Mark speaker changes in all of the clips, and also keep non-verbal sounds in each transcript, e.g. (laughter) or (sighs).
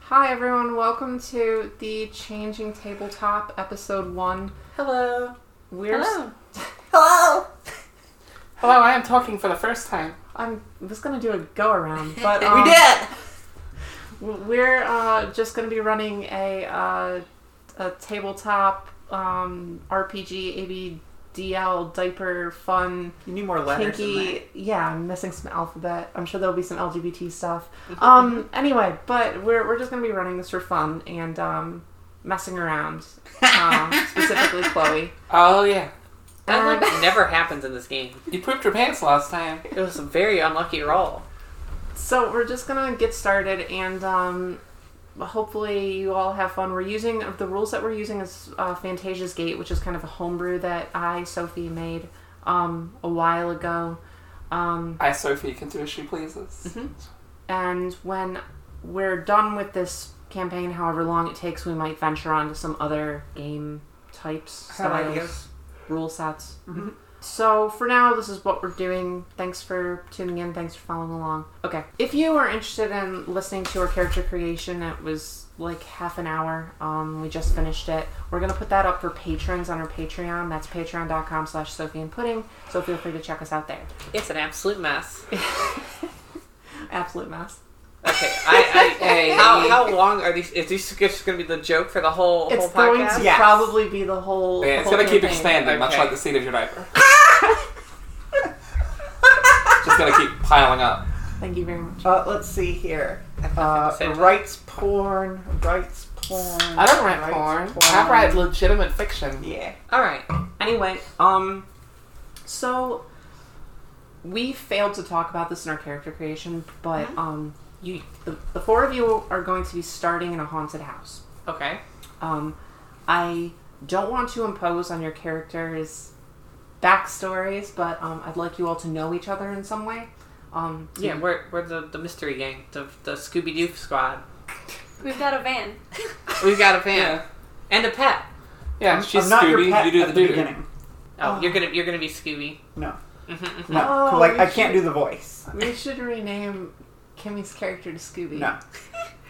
Speaker 1: Hi, everyone. Welcome to the Changing Tabletop, Episode 1.
Speaker 2: Hello.
Speaker 1: We're.
Speaker 2: Hello.
Speaker 3: Hello.
Speaker 2: Hello, I am talking for the first time.
Speaker 1: I'm was going to do a go around,
Speaker 3: (laughs)
Speaker 1: but. Um,
Speaker 3: we did.
Speaker 1: w- We're uh, just going to be running a, uh, a tabletop um, RPG ABDL diaper fun.
Speaker 3: You need more letters.
Speaker 1: Pinky, yeah, I'm missing some alphabet. I'm sure there'll be some LGBT
Speaker 3: (laughs)
Speaker 1: stuff. Um, anyway, but we're, we're just gonna be running this for fun and um, messing
Speaker 3: (laughs)
Speaker 1: around, um, specifically Chloe.
Speaker 2: Oh, yeah.
Speaker 4: That
Speaker 1: Um,
Speaker 4: like (laughs) never happens in this game.
Speaker 2: You pooped your pants last time.
Speaker 4: It was a very unlucky roll.
Speaker 1: So we're just gonna get started, and um, hopefully you all have fun. We're using the rules that we're using is uh, Fantasia's Gate, which is kind of a homebrew that I Sophie made um, a while ago. Um,
Speaker 2: I, Sophie, can do as she pleases.
Speaker 1: And when we're done with this campaign, however long it takes, we might venture on to some other game types,
Speaker 2: Um,
Speaker 1: styles,
Speaker 3: ideas.
Speaker 1: rule sets.
Speaker 4: Mm-hmm.
Speaker 1: So for now, this is what we're doing. Thanks for tuning in. Thanks for following along. Okay, if you are interested in listening to our character creation, it was like half an hour. Um, we just finished it. We're gonna put that up for patrons on our Patreon. That's patreon.com/slash Sophie and Pudding. So feel free to check us out there.
Speaker 4: It's an absolute mess. Okay,
Speaker 1: Absolute mess.
Speaker 4: I, I
Speaker 2: Hey.
Speaker 4: how, how long are these? Is these just going to be the joke for the whole
Speaker 1: It's
Speaker 4: whole podcast?
Speaker 1: going to
Speaker 3: Yes.
Speaker 1: probably be the whole.
Speaker 2: Yeah, it's
Speaker 1: whole
Speaker 2: gonna keep
Speaker 1: campaign.
Speaker 2: expanding, much
Speaker 4: Okay.
Speaker 2: like the seat of your diaper. Just gonna keep piling
Speaker 3: (laughs)
Speaker 2: up.
Speaker 1: Thank you very much.
Speaker 3: Uh, let's see here. Uh, rights porn. Rights porn. rights
Speaker 2: legitimate fiction.
Speaker 3: Yeah.
Speaker 4: All right.
Speaker 1: Anyway, um, so we failed to talk about this in our character creation, but um, you, the, the four of you are going to be starting in a haunted house.
Speaker 4: Okay.
Speaker 1: Um, I don't want to impose on your characters' backstories, but um, I'd like you all to know each other in some way. Um,
Speaker 4: (laughs) Yeah, we're, we're the, the mystery gang, the, the Scooby Doo squad.
Speaker 5: We've got a van.
Speaker 4: We've got a fan
Speaker 2: Yeah,
Speaker 4: and a pet.
Speaker 2: yeah.
Speaker 3: I'm-
Speaker 2: she's
Speaker 3: I'm not your
Speaker 2: Scooby.
Speaker 3: pet
Speaker 2: You do
Speaker 3: at
Speaker 2: the,
Speaker 3: the
Speaker 2: doo-doo.
Speaker 3: beginning.
Speaker 4: Oh,
Speaker 1: Oh.
Speaker 4: you're gonna you're gonna be Scooby.
Speaker 3: No.
Speaker 4: Mm-hmm.
Speaker 3: No.
Speaker 1: Oh,
Speaker 3: like
Speaker 1: you
Speaker 3: I can't do the voice.
Speaker 1: we should rename Kimmy's character to Scooby.
Speaker 3: No.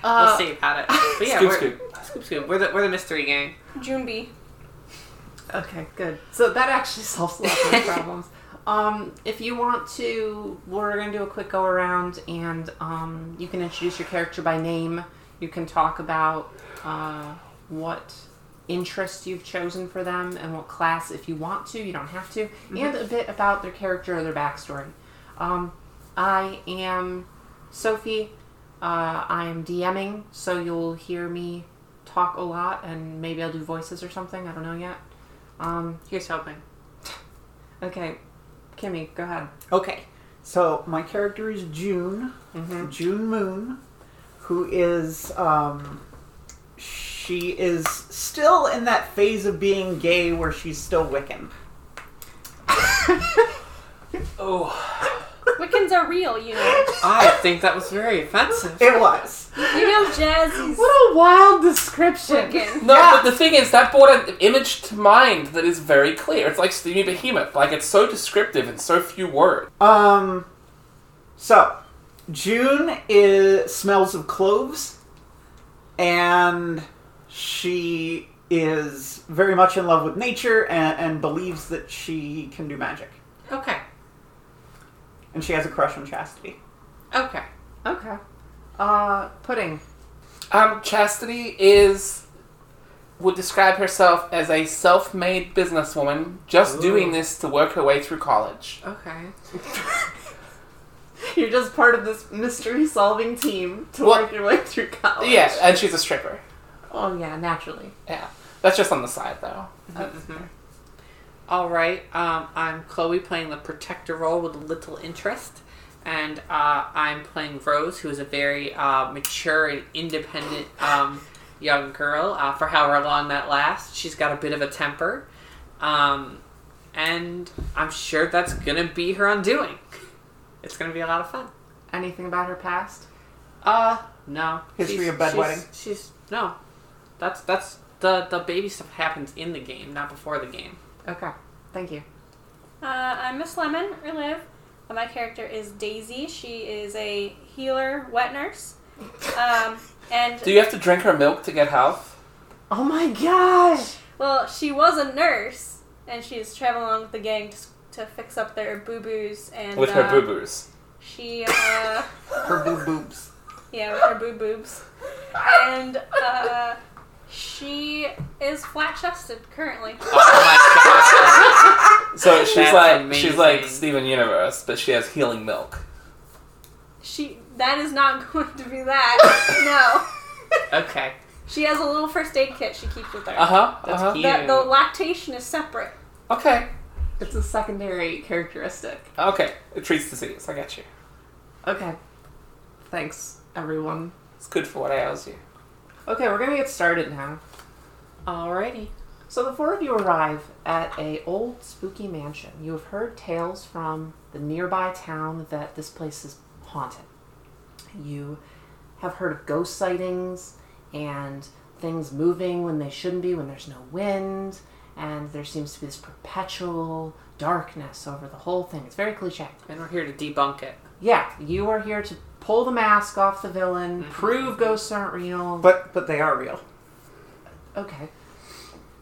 Speaker 4: We'll
Speaker 1: Uh,
Speaker 4: see about it. But yeah,
Speaker 2: Scoop,
Speaker 4: we're,
Speaker 2: scoop.
Speaker 4: Scoop Scoop. We're the we're the mystery gang.
Speaker 5: Junebee.
Speaker 1: Okay, good. So that actually (laughs) solves a lot of my problems. Um, if you want to, we're going to do a quick go around and um, you can introduce your character by name. You can talk about uh, what interest you've chosen for them and what class if you want to, you don't have to, and a bit about their character or their backstory. Um, I am Sophie. Uh, I'm DMing, so you'll hear me talk a lot and maybe I'll do voices or something. I don't know yet. Um,
Speaker 4: Here's hoping.
Speaker 1: okay. Kimmy, go (laughs) ahead.
Speaker 3: Okay. So my character is June.
Speaker 4: Mm-hmm.
Speaker 3: June Moon, who is um, she is still in that phase of being gay where she's still Wiccan.
Speaker 2: Oh,
Speaker 5: Wiccans are real, you know.
Speaker 4: I think that was very offensive.
Speaker 3: It was.
Speaker 5: You know Jazzy's
Speaker 1: What a wild description.
Speaker 5: Wiccan.
Speaker 2: No, but the thing is, that brought an image to mind that is very clear. It's like Steamy Behemoth. Like, it's so descriptive in so few words.
Speaker 3: Um, so June is smells of cloves, and she is very much in love with nature and, and believes that she can do magic.
Speaker 4: Okay.
Speaker 3: And she has a crush on Chastity.
Speaker 4: Okay.
Speaker 1: Okay. Uh, pudding.
Speaker 2: Um, Chastity is would describe herself as a self-made businesswoman, just
Speaker 3: Ooh.
Speaker 2: doing this to work her way through college.
Speaker 4: Okay.
Speaker 1: (laughs) You're just part of this mystery solving team to
Speaker 2: Well-
Speaker 1: work your way through college.
Speaker 2: Yeah, and she's a stripper.
Speaker 1: Oh, yeah, naturally.
Speaker 2: Yeah, that's just on the side though.
Speaker 4: All right. Um, I'm Chloe playing the protector role with little interest, and uh, I'm playing Rose, who is a very uh, mature and independent um, young girl. Uh, for however long that lasts, she's got a bit of a temper, um, and I'm sure that's gonna be her undoing. It's gonna be a lot of fun.
Speaker 1: Anything about her past?
Speaker 4: Uh, no.
Speaker 3: History
Speaker 4: She's-
Speaker 3: of bedwetting.
Speaker 4: She's, she's no. That's that's the the baby stuff happens in the game, not before the game.
Speaker 1: Okay. Thank you.
Speaker 5: Uh, I'm Miss Lemon, or Liv. Uh, My character is Daisy. She is a healer, wet nurse. Um, And
Speaker 2: Do you have to drink her milk to get health?
Speaker 1: Oh my gosh!
Speaker 5: well, she was a nurse, and she's traveling along with the gang to, s- to fix up their boo boos and
Speaker 2: With
Speaker 5: uh,
Speaker 2: her boo (laughs) boos.
Speaker 5: She uh,
Speaker 2: Her boo boobs.
Speaker 5: yeah, with her boo boobs, and uh, she is flat chested currently.
Speaker 4: Oh
Speaker 2: So she's
Speaker 4: That's
Speaker 2: like she's like
Speaker 4: amazing.
Speaker 2: Steven Universe, but she has healing milk.
Speaker 5: She that is not (laughs) going to be that. No,
Speaker 4: my god. Okay.
Speaker 5: she has a little first aid kit she keeps with her.
Speaker 2: Uh huh.
Speaker 4: That's
Speaker 2: Uh huh.
Speaker 4: cute.
Speaker 5: That the lactation is separate.
Speaker 2: Okay.
Speaker 1: It's a secondary characteristic.
Speaker 2: Okay. It treats disease. I got you.
Speaker 1: Okay. Thanks, everyone.
Speaker 2: It's good for what ails you.
Speaker 1: Okay, we're gonna get started now.
Speaker 4: Alrighty.
Speaker 1: So the four of you arrive at a old spooky mansion. You have heard tales from the nearby town that this place is haunted. You have heard of ghost sightings and things moving when they shouldn't be when there's no wind and there seems to be this perpetual darkness over the whole thing. It's very cliche.
Speaker 4: And we're here to debunk it.
Speaker 1: Yeah, you are here to pull the mask off the villain, prove ghosts aren't real.
Speaker 3: But but they are real.
Speaker 1: okay.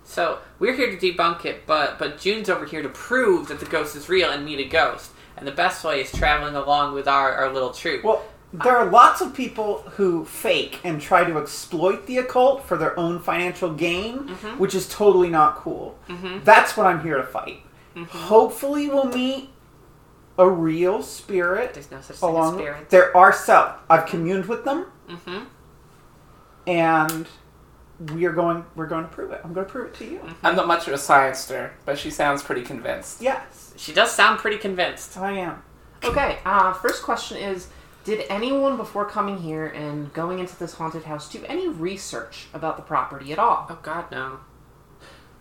Speaker 4: So we're here to debunk it, but but June's over here to prove that the ghost is real and meet a ghost. And the best way is traveling along with our, our little troop.
Speaker 3: Well, there are lots of people who fake and try to exploit the occult for their own financial gain,
Speaker 4: Mm-hmm.
Speaker 3: which is totally not cool. That's what I'm here to fight.
Speaker 4: Mm-hmm.
Speaker 3: Hopefully, we'll meet a real spirit
Speaker 4: There's no such thing as
Speaker 3: along.
Speaker 4: spirits. Mm-hmm.
Speaker 3: There are some. I've communed with them, and we are going. We're going to prove it. I'm going to prove it to
Speaker 4: Mm-hmm.
Speaker 3: you.
Speaker 2: I'm not much of a science nerd, but she sounds pretty convinced.
Speaker 3: Yes,
Speaker 4: She does sound pretty convinced.
Speaker 3: I am.
Speaker 1: Okay, uh, first question is Did anyone before coming here and going into this haunted house do any research about the property at all?
Speaker 4: Oh God, no.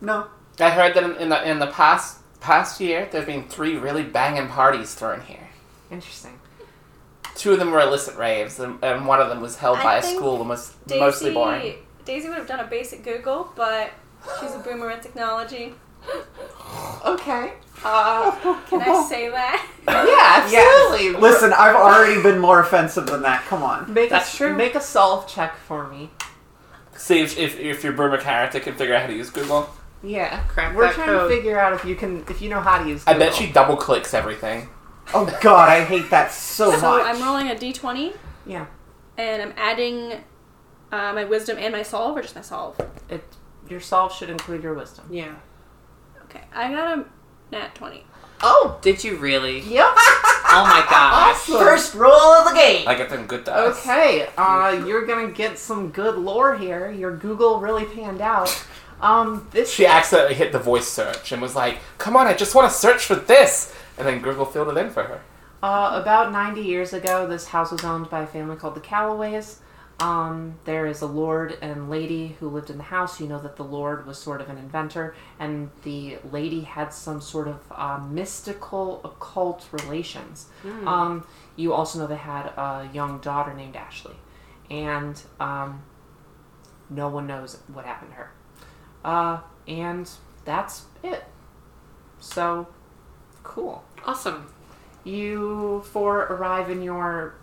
Speaker 3: No,
Speaker 2: I heard that in, in the in the past past year there've been three really banging parties thrown here.
Speaker 1: Interesting.
Speaker 2: Two of them were illicit raves, and, and one of them was held
Speaker 5: I
Speaker 2: by a
Speaker 5: think
Speaker 2: school and was
Speaker 5: Daisy,
Speaker 2: mostly boring.
Speaker 5: Daisy would have done a basic Google, but she's a boomer at technology.
Speaker 1: Okay. (laughs) Uh,
Speaker 5: Can I say that?
Speaker 1: yeah, absolutely.
Speaker 3: Listen, I've already been more offensive than that. Come on.
Speaker 1: Make
Speaker 4: That's
Speaker 1: a,
Speaker 4: true.
Speaker 1: Make a solve check for me.
Speaker 2: See if, if, if your boomer character can figure out how to use Google.
Speaker 1: Yeah.
Speaker 4: Crack
Speaker 1: We're
Speaker 4: that
Speaker 1: trying
Speaker 4: code.
Speaker 1: to figure out if you can, if you know how to use.
Speaker 2: I bet
Speaker 1: Google.
Speaker 2: she double clicks everything.
Speaker 3: Oh God, I hate that so much.
Speaker 5: (laughs) So I'm rolling a d20,
Speaker 1: Yeah.
Speaker 5: and I'm adding uh, my wisdom and my solve, or just my solve.
Speaker 1: It, your solve should include your wisdom.
Speaker 4: Yeah.
Speaker 5: Okay, I got a nat 20.
Speaker 1: Oh.
Speaker 4: Did you
Speaker 1: (laughs)
Speaker 4: really?
Speaker 1: Yep.
Speaker 4: Oh my gosh.
Speaker 3: First roll of the game.
Speaker 2: I get them good dice.
Speaker 1: Okay, uh, you're gonna get some good lore here. Your Google really panned out. Um, this
Speaker 2: She accidentally hit the voice search and was like, "Come on, I just want to search for this," and then Google filled it in for her.
Speaker 1: uh, about 90 years ago, this house was owned by a family called the Callaways. Um, there is a lord and lady who lived in the house. You know that the lord was sort of an inventor, and the lady had some sort of uh, mystical occult relations. Um, you also know they had a young daughter named Ashley, and um, no one knows what happened to her. Uh, and that's it. So, cool
Speaker 4: Awesome.
Speaker 1: you four arrive in your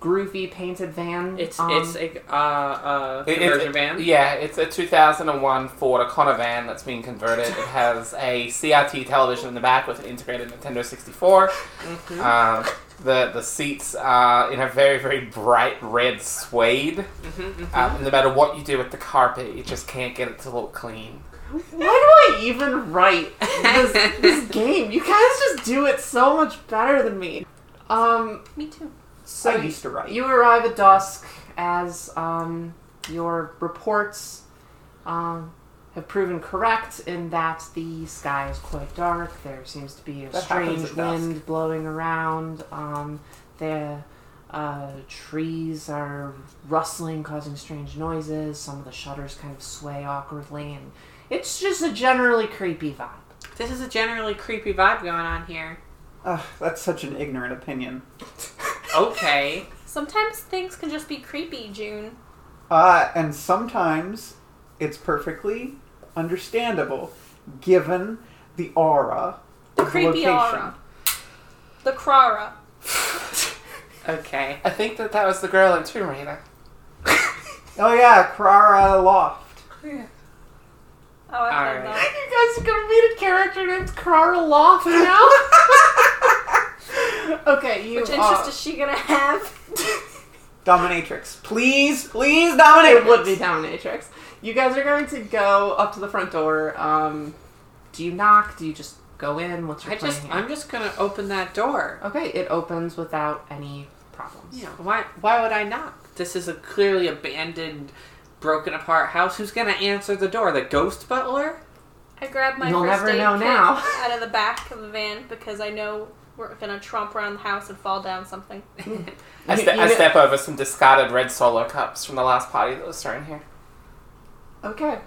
Speaker 1: groovy painted van.
Speaker 4: It's
Speaker 1: Um,
Speaker 4: it's a uh, uh,
Speaker 2: It- it-
Speaker 4: conversion van.
Speaker 2: Yeah, it's a 2001 Ford Econovan that's being converted. It has a CRT television in the back with an integrated Nintendo 64. Um, the the seats are in a very very bright red suede. Um, no matter what you do with the carpet, you just can't get it to look clean.
Speaker 1: why do I even write this,
Speaker 4: (laughs)
Speaker 1: this game? You guys just do it so much better than me. Um,
Speaker 5: Me too.
Speaker 1: so
Speaker 3: I used to write.
Speaker 1: You arrive at dusk as um, your reports um, have proven correct in that the sky is quite dark. There seems to be a
Speaker 3: That happens
Speaker 1: strange
Speaker 3: at dusk.
Speaker 1: wind blowing around. Um, the uh, trees are rustling, causing strange noises. Some of the shutters kind of sway awkwardly, and it's just a generally creepy vibe.
Speaker 4: This is a generally creepy vibe going on here.
Speaker 3: Ugh, that's such an ignorant opinion.
Speaker 4: Okay.
Speaker 5: Sometimes things can just be creepy, June.
Speaker 3: Uh, and sometimes it's perfectly understandable given the aura.
Speaker 5: The
Speaker 3: of
Speaker 5: creepy
Speaker 3: location.
Speaker 5: aura. The Krara.
Speaker 4: Okay.
Speaker 2: I think that that was the girl in Tomb Raider.
Speaker 3: Oh yeah, Carrara Loft.
Speaker 5: Oh, I
Speaker 4: Alright.
Speaker 5: played
Speaker 2: You guys are gonna meet a character named Carl Loft now?
Speaker 1: (laughs) Okay, you
Speaker 5: that. Which
Speaker 1: are-
Speaker 5: interest is she gonna have?
Speaker 1: (laughs)
Speaker 3: Dominatrix. Please, please
Speaker 1: it
Speaker 3: dominate.
Speaker 1: would be dominatrix. You guys are going to go up to the front door. Um, do you knock? Do you just go in? What's your
Speaker 4: I
Speaker 1: plan
Speaker 4: just,
Speaker 1: here?
Speaker 4: I'm just gonna open that door.
Speaker 1: Okay, it opens without any problems.
Speaker 4: Yeah, why, why would I knock? This is a clearly abandoned, broken apart house. Who's gonna answer the door? The ghost butler?
Speaker 5: I grabbed my
Speaker 1: You'll
Speaker 5: first
Speaker 1: never
Speaker 5: aid
Speaker 1: know
Speaker 5: kit
Speaker 1: now.
Speaker 5: (laughs) out of the back of the van because I know we're gonna tromp around the house and fall down something.
Speaker 2: I,
Speaker 1: You-
Speaker 2: ste-
Speaker 1: you
Speaker 2: I
Speaker 1: know-
Speaker 2: step over some discarded red solo cups from the last party that was thrown here.
Speaker 1: Okay.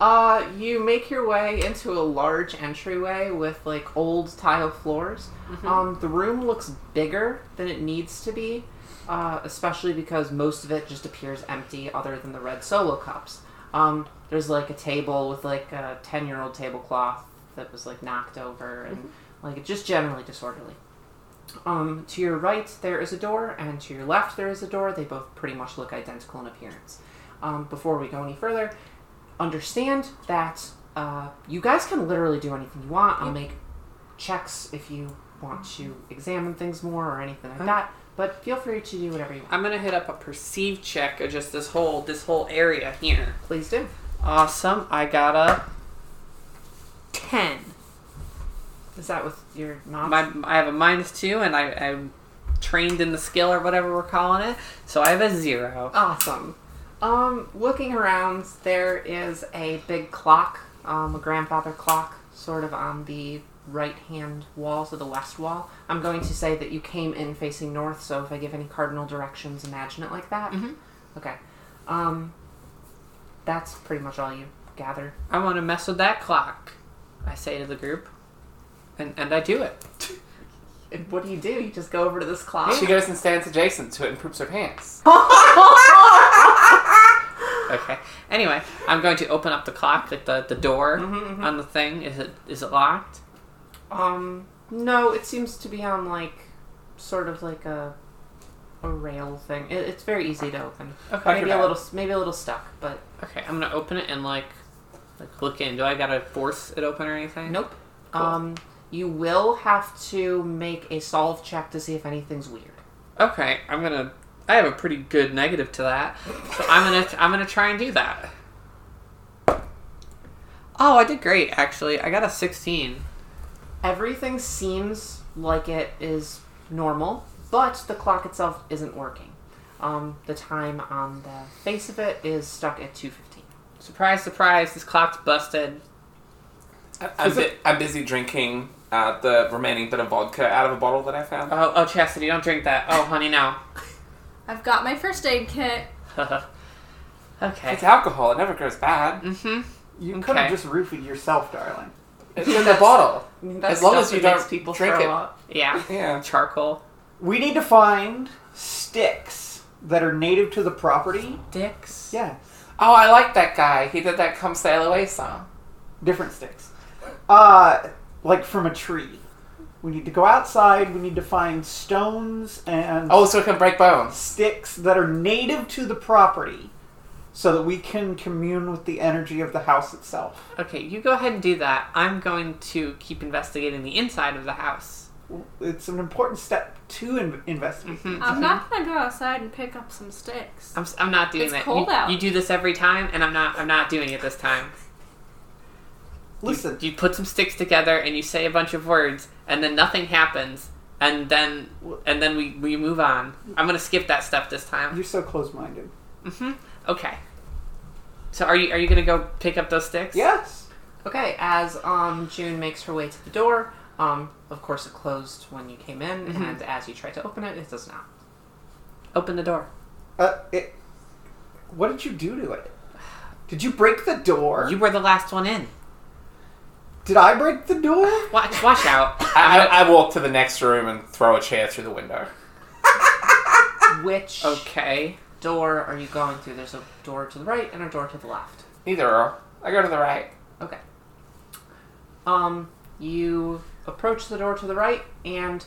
Speaker 1: Uh, you make your way into a large entryway with like old tile floors. Um, the room looks bigger than it needs to be, uh, especially because most of it just appears empty other than the red solo cups. Um, there's like a table with like a 10 year old tablecloth that was like knocked over and like just generally disorderly. Um, to your right, there is a door, and to your left, there is a door. They both pretty much look identical in appearance. Um, before we go any further, understand that uh, you guys can literally do anything you want. I'll make checks if you want to examine things more or anything like that. But feel free to do whatever you want.
Speaker 4: I'm gonna hit up a perceive check of just this whole, this whole area here.
Speaker 1: Please do.
Speaker 4: Awesome. I got a ten.
Speaker 1: Is that with your mom?
Speaker 4: My, I have a minus two, and I, I'm trained in the skill or whatever we're calling it, so I have a zero.
Speaker 1: Awesome. Um, looking around, there is a big clock, um, a grandfather clock, sort of on the right hand wall, so the west wall. I'm going to say that you came in facing north, so if I give any cardinal directions, imagine it like that. Okay. Um, that's pretty much all you gather.
Speaker 4: I want to mess with that clock, I say to the group, and and I do it.
Speaker 1: And what do you do? You just go over to this clock?
Speaker 2: She goes and stands adjacent to it and poops her pants.
Speaker 4: Okay. Anyway, I'm going to open up the clock, like the, the door on the thing. Is it is it locked?
Speaker 1: Um, no, it seems to be on like sort of like a a rail thing. It, it's very easy to open.
Speaker 4: Okay.
Speaker 1: maybe
Speaker 2: Like
Speaker 1: a
Speaker 2: a-
Speaker 1: little, maybe a little stuck, but
Speaker 4: Okay. I'm gonna open it and like like look in. Do I gotta force it open or anything?
Speaker 1: nope.
Speaker 4: Cool.
Speaker 1: Um, you will have to make a solve check to see if anything's weird.
Speaker 4: Okay. I'm gonna. I have a pretty good negative to that, so I'm gonna I'm gonna try and do that. Oh, I did great actually. I got a 16.
Speaker 1: Everything seems like it is normal, but the clock itself isn't working. Um, the time on the face of it is stuck at two fifteen.
Speaker 4: Surprise, surprise! This clock's busted.
Speaker 2: I- I'm, bu- I'm busy drinking uh, the remaining bit of vodka out of a bottle that I found.
Speaker 4: Oh, oh, Chastity, don't drink that. Oh, honey, no. (laughs)
Speaker 5: I've got my first aid kit.
Speaker 4: okay.
Speaker 2: It's alcohol, it never goes bad.
Speaker 4: Mm-hmm.
Speaker 3: You could have
Speaker 4: Okay.
Speaker 3: just roofied yourself, darling.
Speaker 2: It's in the bottle.
Speaker 1: I mean,
Speaker 2: As long as you don't drink it.
Speaker 1: up.
Speaker 2: (laughs)
Speaker 4: Yeah.
Speaker 2: Yeah.
Speaker 4: Charcoal.
Speaker 3: We need to find sticks that are native to the property.
Speaker 4: Dicks.
Speaker 3: Yeah,
Speaker 2: Oh, I like that guy. He did that Come Sail Away song.
Speaker 3: different sticks. Uh, like from a tree. We need to go outside. We need to find stones and
Speaker 2: Oh, so it can break bones.
Speaker 3: sticks that are native to the property, so that we can commune with the energy of the house itself.
Speaker 4: Okay, you go ahead and do that. I'm going to keep investigating the inside of the house.
Speaker 3: It's an important step to in- investigate.
Speaker 5: I'm not gonna go outside and pick up some sticks.
Speaker 4: I'm, s- I'm not doing
Speaker 5: It's
Speaker 4: that.
Speaker 5: cold
Speaker 4: you,
Speaker 5: out.
Speaker 4: you do this every time, and I'm not. I'm not doing it this time.
Speaker 3: Listen,
Speaker 4: You put some sticks together, and you say a bunch of words, and then nothing happens, and then and then we we move on. I'm gonna skip that stuff this time.
Speaker 3: you're so close-minded.
Speaker 4: hmm Okay. So are you are you gonna go pick up those sticks?
Speaker 3: Yes.
Speaker 1: Okay, as um, June makes her way to the door, um, of course it closed when you came in, and as you try to open it, it does not.
Speaker 4: Open the door.
Speaker 3: Uh, it, what did you do to it? Did you break the door?
Speaker 4: You were the last one in.
Speaker 3: Did I break the door?
Speaker 4: Watch watch out.
Speaker 2: (coughs) I, I, I walk to the next room and throw a chair through the window.
Speaker 1: Which
Speaker 4: Okay.
Speaker 1: door are you going through? There's a door to the right and a door to the left.
Speaker 2: Neither are. I go to the right.
Speaker 1: Okay. Um, you approach the door to the right, and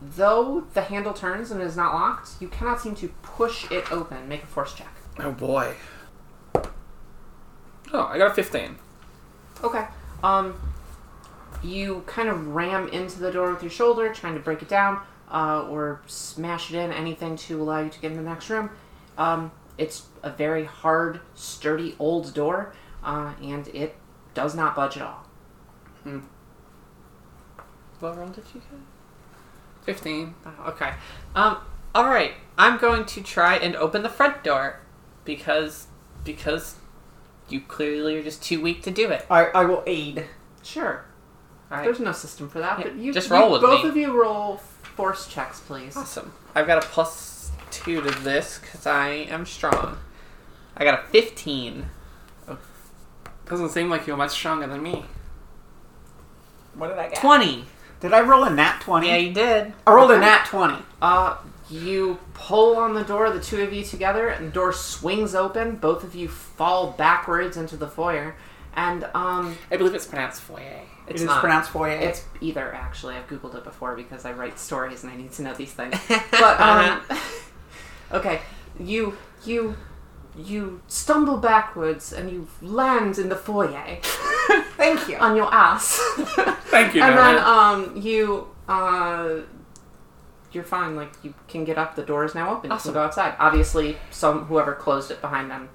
Speaker 1: though the handle turns and is not locked, you cannot seem to push it open. Make a force check.
Speaker 2: Oh boy. Oh, I got a 15.
Speaker 1: Okay. Um, you kind of ram into the door with your shoulder, trying to break it down uh, or smash it in, anything to allow you to get in the next room. Um, it's a very hard, sturdy old door, uh, and it does not budge at all.
Speaker 4: What roll did you get? 15. Oh, okay. Um, all right. I'm going to try and open the front door because because you clearly are just too weak to do it.
Speaker 3: I, I will aid.
Speaker 1: Sure.
Speaker 4: All right.
Speaker 1: There's no system for that,
Speaker 4: Yeah,
Speaker 1: but you
Speaker 4: just
Speaker 1: you-
Speaker 4: roll with
Speaker 1: both
Speaker 4: me.
Speaker 1: of you roll force checks, please.
Speaker 4: Awesome. I've got a plus 2 to this cuz I am strong. I got a 15.
Speaker 2: Doesn't seem like you're much stronger than me.
Speaker 3: What did I get?
Speaker 4: 20.
Speaker 3: Did I roll a nat 20?
Speaker 4: Yeah, you did.
Speaker 3: I rolled a nat 20.
Speaker 1: Uh, you pull on the door, the two of you together, and the door swings open. Both of you fall backwards into the foyer, and um,
Speaker 2: I believe it's pronounced
Speaker 4: (laughs)
Speaker 2: foyer.
Speaker 3: It
Speaker 1: it's
Speaker 3: is
Speaker 1: not.
Speaker 3: pronounced foyer.
Speaker 1: It's either actually. I've googled it before because I write stories and I need to know these things. But um, (laughs) okay, you you you stumble backwards and you land in the foyer
Speaker 3: Thank you.
Speaker 1: on your ass.
Speaker 2: Thank you,
Speaker 1: and then
Speaker 2: Nolan.
Speaker 1: um you uh you're fine. Like you can get up. The door is now open.
Speaker 4: Awesome.
Speaker 1: You can go outside. Obviously, some whoever closed it behind them,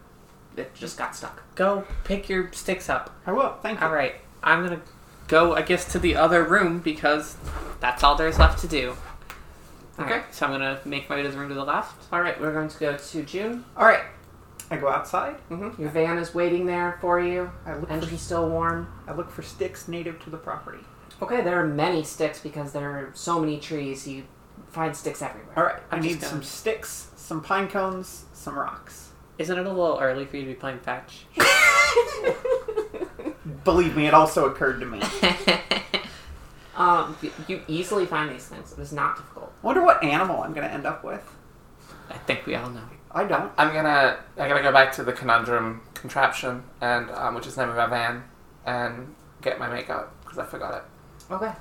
Speaker 1: it just got stuck.
Speaker 4: Go pick your sticks up.
Speaker 3: I will. Thank you.
Speaker 4: All right. I'm going to go I guess to the other room because that's all there's left to do. All
Speaker 1: Okay.
Speaker 4: right, so I'm going to make my way to the room to the left.
Speaker 1: All right, we're going to go to June.
Speaker 3: All right. I go outside.
Speaker 1: Mm-hmm. Your van is waiting there for you.
Speaker 3: I look,
Speaker 1: Engine's still warm.
Speaker 3: for, I look for sticks native to the property.
Speaker 1: Okay, there are many sticks because there are so many trees. You find sticks everywhere.
Speaker 3: All right. I
Speaker 4: I'm just
Speaker 3: need some
Speaker 4: gonna-
Speaker 3: sticks, some pine cones, some rocks.
Speaker 4: Isn't it a little early for you to be playing fetch?
Speaker 3: Believe me, it also occurred to (laughs) me.
Speaker 1: Um, y- you easily find these things. It is not difficult.
Speaker 3: Wonder what animal I'm going to end up with.
Speaker 4: I think we all know.
Speaker 3: I don't.
Speaker 2: I'm gonna I'm gonna go back to the conundrum contraption and um, which is the name of our van and get my makeup because I forgot it.
Speaker 1: Okay.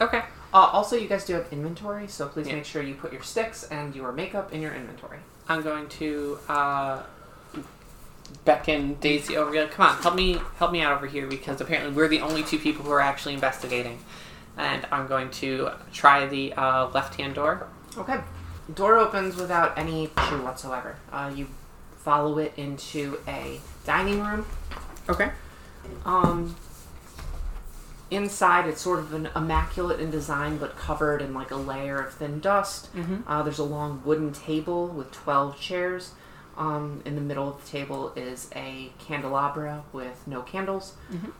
Speaker 4: Okay.
Speaker 1: Uh, also, you guys do have inventory, so please
Speaker 4: Yeah.
Speaker 1: make sure you put your sticks and your makeup in your inventory.
Speaker 4: I'm going to uh, beckon Daisy over. Be like, Come on, help me, help me out over here because apparently we're the only two people who are actually investigating. And I'm going to try the uh, left-hand door.
Speaker 1: Okay. Door opens without any issue whatsoever. Uh, you follow it into a dining room.
Speaker 4: Okay.
Speaker 1: Um, inside, it's sort of an immaculate in design, but covered in like a layer of thin dust.
Speaker 4: Mhm.
Speaker 1: Uh, there's a long wooden table with 12 chairs. Um, in the middle of the table is a candelabra with no candles.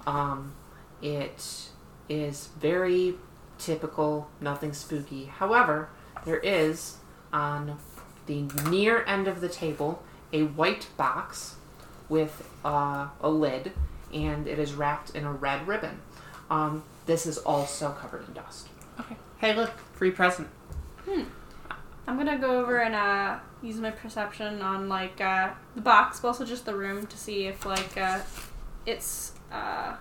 Speaker 1: Um, it is very typical, nothing spooky. However, there is on the near end of the table a white box with uh, a lid, and it is wrapped in a red ribbon. Um, this is also covered in dust.
Speaker 4: Okay. Hey, look, free present.
Speaker 5: I'm gonna go over and uh, use my perception on like uh, the box, but also just the room to see if like uh, it's uh,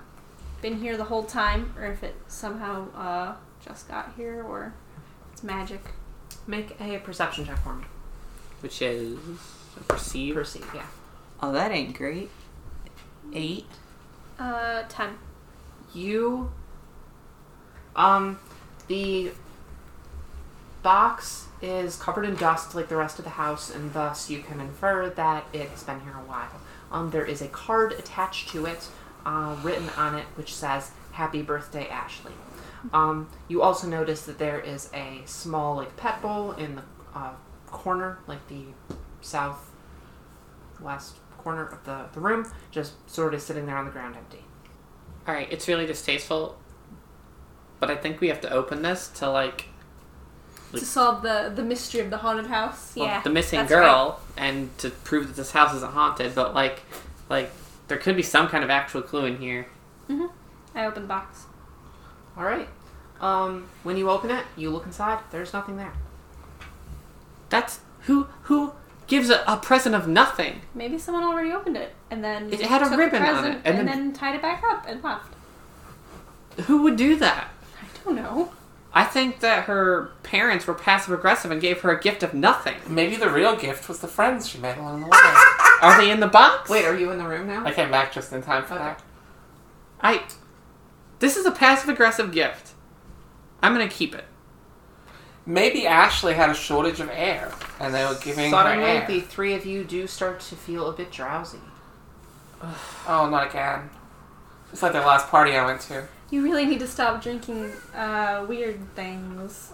Speaker 5: been here the whole time or if it somehow uh, just got here or it's magic.
Speaker 1: Make a perception check for me.
Speaker 4: Which is perceive.
Speaker 1: Perceive, yeah.
Speaker 4: Oh, that ain't great. Eight.
Speaker 5: Uh, ten.
Speaker 1: You. Um, the box is covered in dust like the rest of the house, and thus you can infer that it's been here a while. Um, there is a card attached to it, uh, written on it, which says "Happy Birthday, Ashley." Um, you also notice that there is a small like pet bowl in the uh, corner, like the south west corner of the, the room, just sort of sitting there on the ground empty.
Speaker 4: All right, it's really distasteful, but I think we have to open this to like
Speaker 5: To solve the the mystery of the haunted house.
Speaker 4: well,
Speaker 5: yeah.
Speaker 4: the missing
Speaker 5: that's
Speaker 4: girl and to prove that this house isn't haunted but like like there could be some kind of actual clue in here
Speaker 5: right. Mm-hmm. I opened the box.
Speaker 1: All right. Um, when you open it, you look inside. There's nothing there.
Speaker 4: that's who who gives a, a present of nothing
Speaker 5: Maybe someone already opened it and then
Speaker 4: It had a
Speaker 5: took the
Speaker 4: ribbon on
Speaker 5: present
Speaker 4: it, and
Speaker 5: and,
Speaker 4: then-
Speaker 5: then tied it back up and left.
Speaker 4: who would do that
Speaker 5: I don't know.
Speaker 4: I think that her parents were passive aggressive and gave her a gift of nothing.
Speaker 2: Maybe the real gift was the friends she met along the way. (laughs)
Speaker 4: Are they in the box?
Speaker 1: Wait, are you in the room now?
Speaker 2: I came back just in time for that.
Speaker 4: I. This is a passive aggressive gift. I'm gonna keep it.
Speaker 2: Maybe Ashley had a shortage of air, and they were giving her
Speaker 1: Suddenly,
Speaker 2: air.
Speaker 1: the three of you do start to feel a bit drowsy.
Speaker 2: Oh, not again. It's like the last party I went to.
Speaker 5: You really need to stop drinking uh, weird things.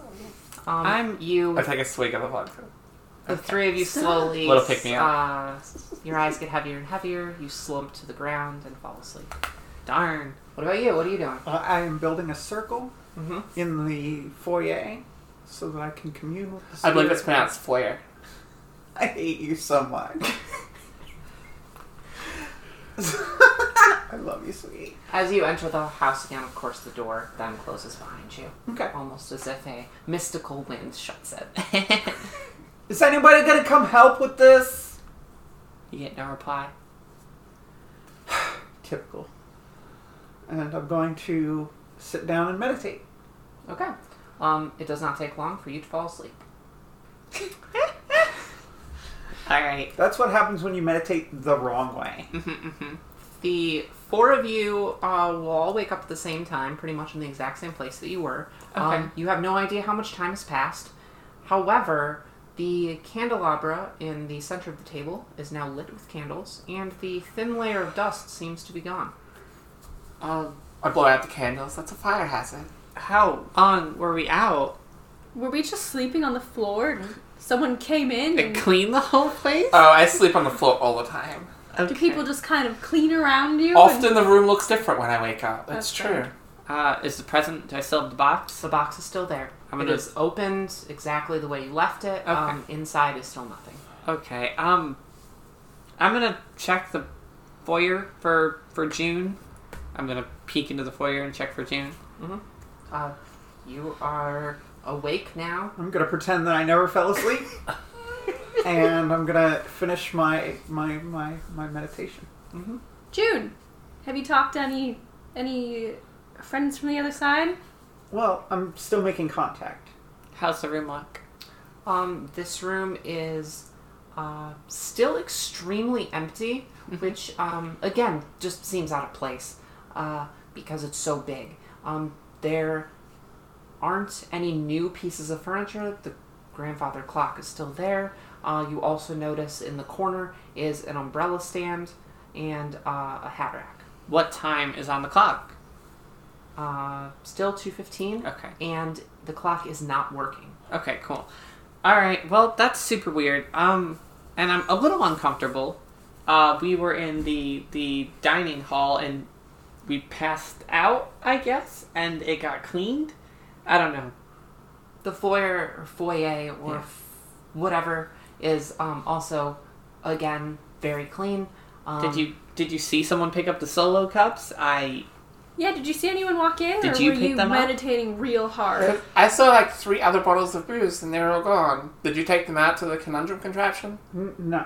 Speaker 1: Um,
Speaker 4: I'm-
Speaker 1: you.
Speaker 2: I take a swig of the vodka.
Speaker 1: The three of you slowly.
Speaker 2: Little pick me up.
Speaker 1: Uh, your eyes get heavier and heavier. You slump to the ground and fall asleep.
Speaker 4: Darn.
Speaker 1: What about you? What are you doing?
Speaker 3: Uh, I am building a circle
Speaker 2: Mhm.
Speaker 3: in the foyer so that I can commune with the
Speaker 2: I believe it's
Speaker 3: spirit.
Speaker 2: pronounced foyer.
Speaker 3: I hate you so much. (laughs) I love you, sweetie.
Speaker 1: As you enter the house again, of course, the door then closes behind you,
Speaker 3: Okay.
Speaker 1: almost as if a mystical wind shuts it. (laughs)
Speaker 3: Is anybody gonna come help with this?
Speaker 4: You get no reply.
Speaker 3: Typical. And I'm going to sit down and meditate.
Speaker 1: okay. Um, it does not take long for you to fall asleep.
Speaker 4: All right.
Speaker 3: That's what happens when you meditate the wrong way. (laughs)
Speaker 1: Mm-hmm. The four of you uh, will all wake up at the same time, pretty much in the exact same place that you were.
Speaker 4: Okay.
Speaker 1: Um, you have no idea how much time has passed. However, the candelabra in the center of the table is now lit with candles, and the thin layer of dust seems to be gone.
Speaker 4: Um,
Speaker 2: I blow out the candles. That's a fire hazard.
Speaker 4: how long were we out?
Speaker 5: Were we just sleeping on the floor and someone came in
Speaker 4: And
Speaker 5: and
Speaker 4: clean the whole place?
Speaker 2: Oh, I sleep on the floor all the time.
Speaker 5: do people just kind of clean around you? and-
Speaker 2: Often the room looks different when I wake up. That's
Speaker 5: That's
Speaker 2: true.
Speaker 4: Uh, is the present? Do I still have the box?
Speaker 1: The box is still there.
Speaker 4: I'm
Speaker 1: It
Speaker 4: gonna-
Speaker 1: is opened exactly the way you left it. Um, inside is still nothing.
Speaker 4: Okay. Um, I'm gonna check the foyer for for June. I'm gonna peek into the foyer and check for June.
Speaker 1: Uh, you are awake now.
Speaker 3: I'm gonna pretend that I never fell asleep. (laughs) and I'm gonna finish my my my, my meditation.
Speaker 5: June, have you talked to any any friends from the other side?
Speaker 3: Well, I'm still making contact.
Speaker 4: How's the room look?
Speaker 1: Um, this room is uh, still extremely empty, which um, again just seems out of place uh, because it's so big. Um, there aren't any new pieces of furniture. The grandfather clock is still there. Uh, you also notice in the corner is an umbrella stand and uh, a hat rack.
Speaker 4: What time is on the clock?
Speaker 1: Uh, still two fifteen,
Speaker 4: Okay.
Speaker 1: and the clock is not working.
Speaker 4: Okay. Cool. All right. Well, that's super weird. Um, and I'm a little uncomfortable. Uh, we were in the the dining hall and we passed out, I guess, and it got cleaned. I don't know.
Speaker 1: the foyer or foyer or
Speaker 4: Yeah.
Speaker 1: f- whatever is um, also again very clean. Um,
Speaker 4: Did you did you see someone pick up the solo cups? I
Speaker 5: Yeah, did you see anyone walk in?
Speaker 4: Did
Speaker 5: or
Speaker 4: you
Speaker 5: were
Speaker 4: pick
Speaker 5: you
Speaker 4: them up?
Speaker 5: meditating real hard?
Speaker 2: I saw like three other bottles of booze and they were all gone. Did you take them out to the conundrum contraption?
Speaker 3: N- no.